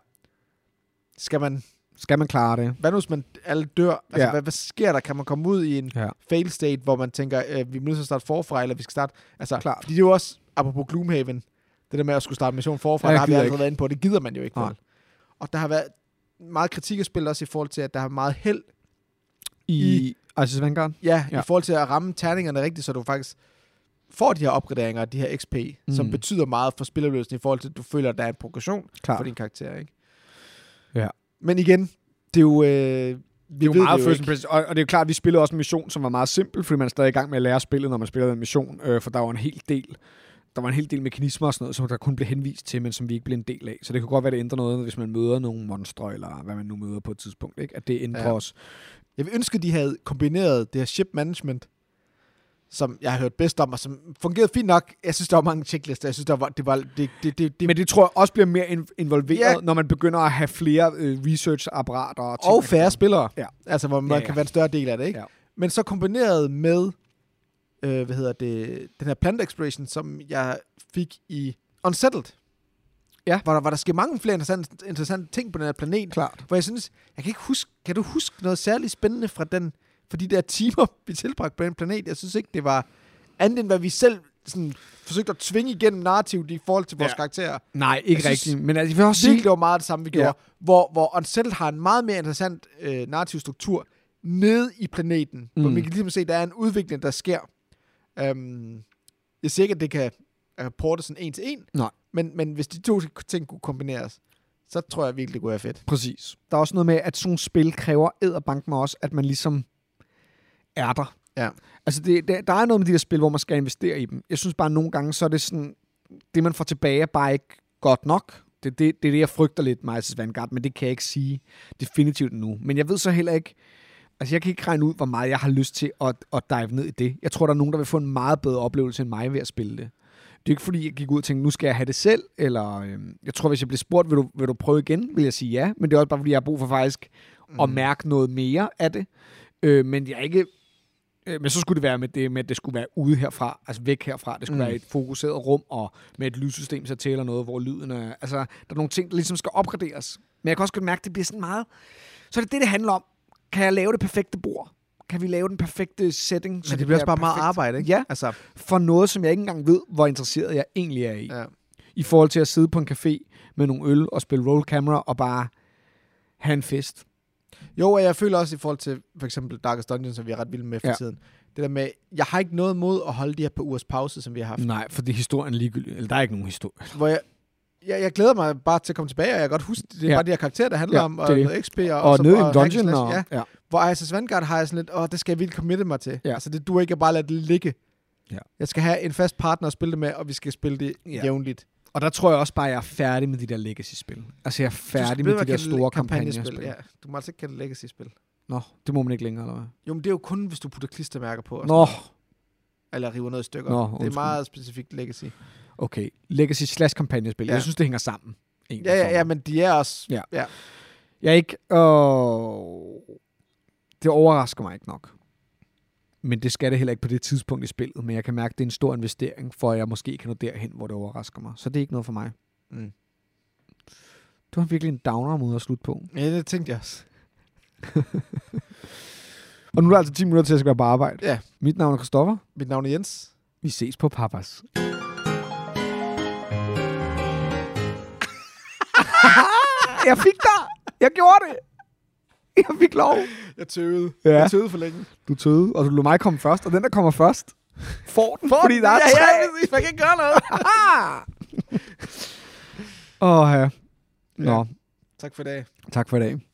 [SPEAKER 1] Skal man,
[SPEAKER 2] Skal man klare det?
[SPEAKER 1] hvad nu hvis man alle dør? Altså,
[SPEAKER 2] Ja.
[SPEAKER 1] ja. hvad, hvad sker der? Kan man komme ud i en
[SPEAKER 2] Ja.
[SPEAKER 1] fail state, hvor man tænker, øh, vi er nødt til at starte forfra, eller vi skal starte... Altså,
[SPEAKER 2] Klart.
[SPEAKER 1] Fordi det er jo også, apropos Gloomhaven, det der med at skulle starte mission forfra,
[SPEAKER 2] Ja,
[SPEAKER 1] ja, der har vi
[SPEAKER 2] gider
[SPEAKER 1] allerede
[SPEAKER 2] ikke.
[SPEAKER 1] været inde på, det gider man jo ikke.
[SPEAKER 2] Nej.
[SPEAKER 1] vel? Og der har været meget kritik af spillet også i forhold til, at der har meget held,
[SPEAKER 2] I, I Isis Vanguard?
[SPEAKER 1] ja,
[SPEAKER 2] Ja.
[SPEAKER 1] ja, i forhold til at ramme terningerne rigtigt, så du faktisk får de her opgraderinger og de her XP, mm.
[SPEAKER 2] Mm.
[SPEAKER 1] som betyder meget for spiloplevelsen i forhold til, at du føler, at der er en progression
[SPEAKER 2] Klart.
[SPEAKER 1] for din karakter, ikke?
[SPEAKER 2] Ja.
[SPEAKER 1] Men igen, det er jo... Øh, vi det
[SPEAKER 2] Det er jo meget first impression. Og, og det er jo klart, at vi spillede også en mission, som var meget simpel, fordi man er stadig i gang med at lære spillet, når man spiller den mission, øh, for der var en hel del der var en hel del mekanismer og sådan noget, som der kun blev henvist til, men som vi ikke blev en del af. Så det kan godt være, det ændrer noget, hvis man møder nogle monstre, eller hvad man nu møder på et tidspunkt. Ikke? At det ændrer ja.
[SPEAKER 1] Ja.
[SPEAKER 2] os.
[SPEAKER 1] Jeg vil ønske, at de havde kombineret det her ship management, som jeg har hørt bedst om, og som fungerede fint nok. Jeg synes, der var mange checklister. Jeg synes, der var, det var... Det, det, det, det,
[SPEAKER 2] Men det tror jeg også bliver mere in- involveret,
[SPEAKER 1] Ja.
[SPEAKER 2] når man begynder at have flere øh, research-apparater. Og, ting, man
[SPEAKER 1] og
[SPEAKER 2] kan
[SPEAKER 1] færre spillere.
[SPEAKER 2] Ja.
[SPEAKER 1] Altså, hvor man
[SPEAKER 2] Ja,
[SPEAKER 1] ja,
[SPEAKER 2] ja.
[SPEAKER 1] ja. kan være en større del af det, ikke?
[SPEAKER 2] Ja.
[SPEAKER 1] Ja. Men så kombineret med, øh, hvad hedder det, den her Planet Exploration, som jeg fik i Unsettled.
[SPEAKER 2] Ja.
[SPEAKER 1] Hvor der, hvor der sker mange flere interessante, interessante ting på den her planet.
[SPEAKER 2] Klart.
[SPEAKER 1] Hvor jeg synes, jeg kan ikke huske, kan du huske noget særligt spændende fra den, fra de der timer, vi tilbragte på den planet? Jeg synes ikke, det var andet end, hvad vi selv sådan, forsøgte at tvinge igennem narrativt i forhold til vores
[SPEAKER 2] Ja.
[SPEAKER 1] ja. karakterer.
[SPEAKER 2] Nej, ikke
[SPEAKER 1] Jeg
[SPEAKER 2] rigtigt.
[SPEAKER 1] synes
[SPEAKER 2] Men altså, jeg vil også sige,
[SPEAKER 1] Virkelig, det var meget det samme, vi
[SPEAKER 2] Ja.
[SPEAKER 1] gjorde. Hvor, hvor Unsettled har en meget mere interessant øh, narrativ struktur nede i planeten, mm. hvor
[SPEAKER 2] Mm.
[SPEAKER 1] man kan ligesom se, der er en udvikling, der sker. Um, jeg siger ikke, at det kan rapporte sådan en til en,
[SPEAKER 2] Nej.
[SPEAKER 1] Men, men hvis de to ting kunne kombineres, så tror jeg virkelig, det kunne være fedt.
[SPEAKER 2] Præcis. Der er også noget med, at sådan nogle spil kræver æderbank med også, at man ligesom er der.
[SPEAKER 1] Ja.
[SPEAKER 2] Altså, det, det, der er noget med de der spil, hvor man skal investere i dem. Jeg synes bare, at nogle gange, så er det sådan, det man får tilbage er bare ikke godt nok. Det, det, det er det, jeg frygter lidt med Isis Vanguard, men det kan jeg ikke sige definitivt nu. Men jeg ved så heller ikke, altså jeg kan ikke regne ud, hvor meget jeg har lyst til at, at dive ned i det. Jeg tror, der er nogen, der vil få en meget bedre oplevelse end mig ved at spille det. Det er ikke fordi, jeg gik ud og tænkte, nu skal jeg have det selv, eller øhm, jeg tror, hvis jeg blev spurgt, vil du, vil du prøve igen, vil jeg sige ja, men det er også bare, fordi jeg har brug for faktisk mm. at mærke noget mere af det. Øh, men jeg er ikke... Øh, men så skulle det være med det, med, at det skulle være ude herfra, altså væk herfra. Det skulle
[SPEAKER 1] Mm.
[SPEAKER 2] mm. være i et fokuseret rum, og med et lydsystem, så tæller noget, hvor lyden er... Altså, der er nogle ting, der ligesom skal opgraderes. Men jeg kan også godt mærke, at det bliver sådan meget... Så er det det, det handler om. Kan jeg lave det perfekte bord? Kan vi lave den perfekte setting?
[SPEAKER 1] Men det bliver også bare meget
[SPEAKER 2] perfekt?
[SPEAKER 1] arbejde, ikke?
[SPEAKER 2] Ja,
[SPEAKER 1] Altså,
[SPEAKER 2] for noget, som jeg ikke engang ved, hvor interesseret jeg egentlig er i. Ja.
[SPEAKER 1] ja.
[SPEAKER 2] I forhold til at sidde på en café med nogle øl og spille roll camera og bare have en fest.
[SPEAKER 1] Jo, og jeg føler også i forhold til for eksempel Darkest Dungeons, som vi er ret vilde med for
[SPEAKER 2] Ja.
[SPEAKER 1] ja. tiden. Det der med, jeg har ikke noget mod at holde de her par ugers pause, som vi har haft.
[SPEAKER 2] Nej, for det er historien ligegyldigt. Eller der er ikke nogen historie.
[SPEAKER 1] Hvor jeg, jeg, jeg glæder mig bare til at komme tilbage, og jeg kan godt huske, det er
[SPEAKER 2] Ja.
[SPEAKER 1] ja. bare de her karakterer, der handler
[SPEAKER 2] Ja,
[SPEAKER 1] ja, om,
[SPEAKER 2] det
[SPEAKER 1] og
[SPEAKER 2] er det.
[SPEAKER 1] noget XP, og,
[SPEAKER 2] Og, og
[SPEAKER 1] så
[SPEAKER 2] ned i
[SPEAKER 1] bare
[SPEAKER 2] en
[SPEAKER 1] hack and
[SPEAKER 2] dungeon.
[SPEAKER 1] slash,
[SPEAKER 2] Og,
[SPEAKER 1] ja.
[SPEAKER 2] ja.
[SPEAKER 1] Hvor Isaac Vanguard har jeg sådan lidt, åh, det skal jeg vildt committe mig til.
[SPEAKER 2] Ja.
[SPEAKER 1] Ja. Altså, det duer ikke at bare lade det ligge.
[SPEAKER 2] Ja.
[SPEAKER 1] Jeg skal have en fast partner at spille det med, og vi skal spille det
[SPEAKER 2] Ja.
[SPEAKER 1] ja. jævnligt.
[SPEAKER 2] og der tror jeg også bare, at jeg er færdig med de der legacy-spil. Altså, jeg er
[SPEAKER 1] skal
[SPEAKER 2] færdig
[SPEAKER 1] blive
[SPEAKER 2] med de
[SPEAKER 1] at
[SPEAKER 2] der
[SPEAKER 1] kalde det
[SPEAKER 2] store
[SPEAKER 1] kampagnespil,
[SPEAKER 2] kampagnespil.
[SPEAKER 1] Ja. Du må altså ikke kalde det legacy-spil.
[SPEAKER 2] Nå, det må man ikke længere, eller hvad?
[SPEAKER 1] Jo, men det er jo kun, hvis du putter klistermærker på, og-
[SPEAKER 2] Nå,
[SPEAKER 1] eller river noget i stykker.
[SPEAKER 2] Nå,
[SPEAKER 1] det
[SPEAKER 2] undskyld.
[SPEAKER 1] er meget specifikt legacy.
[SPEAKER 2] okay. Legacy slash kampagnespil. Ja.
[SPEAKER 1] Ja.
[SPEAKER 2] Jeg synes, det hænger sammen. egentlig,
[SPEAKER 1] Ja,
[SPEAKER 2] for
[SPEAKER 1] ja,
[SPEAKER 2] mig.
[SPEAKER 1] ja, men de er også...
[SPEAKER 2] Ja.
[SPEAKER 1] ja.
[SPEAKER 2] Jeg er ikke... Øh... Det overrasker mig ikke nok. Men det skal det heller ikke på det tidspunkt i spillet. Men jeg kan mærke, at det er en stor investering, for at jeg måske kan nå derhen, hvor det overrasker mig. Så det er ikke noget for mig.
[SPEAKER 1] Mm.
[SPEAKER 2] Du har virkelig en downer måde at slutte på.
[SPEAKER 1] ja, det tænkte jeg også.
[SPEAKER 2] Og nu er der altså 10 minutter til, at jeg skal være på arbejde.
[SPEAKER 1] Ja.
[SPEAKER 2] Mit navn er Christoffer.
[SPEAKER 1] Mit navn er Jens.
[SPEAKER 2] Vi ses på Papas. jeg fik dig! Jeg gjorde det! Jeg fik lov!
[SPEAKER 1] Jeg tøvede.
[SPEAKER 2] Ja.
[SPEAKER 1] Jeg tøvede for længe.
[SPEAKER 2] Du tøde, og du lod mig komme først, og den, der kommer først, får den,
[SPEAKER 1] Får
[SPEAKER 2] fordi
[SPEAKER 1] den,
[SPEAKER 2] der er
[SPEAKER 1] ja,
[SPEAKER 2] tre.
[SPEAKER 1] Ja, præcis. man kan ikke gøre noget.
[SPEAKER 2] Åh, ja. Nå,
[SPEAKER 1] Tak for i dag.
[SPEAKER 2] tak for i dag.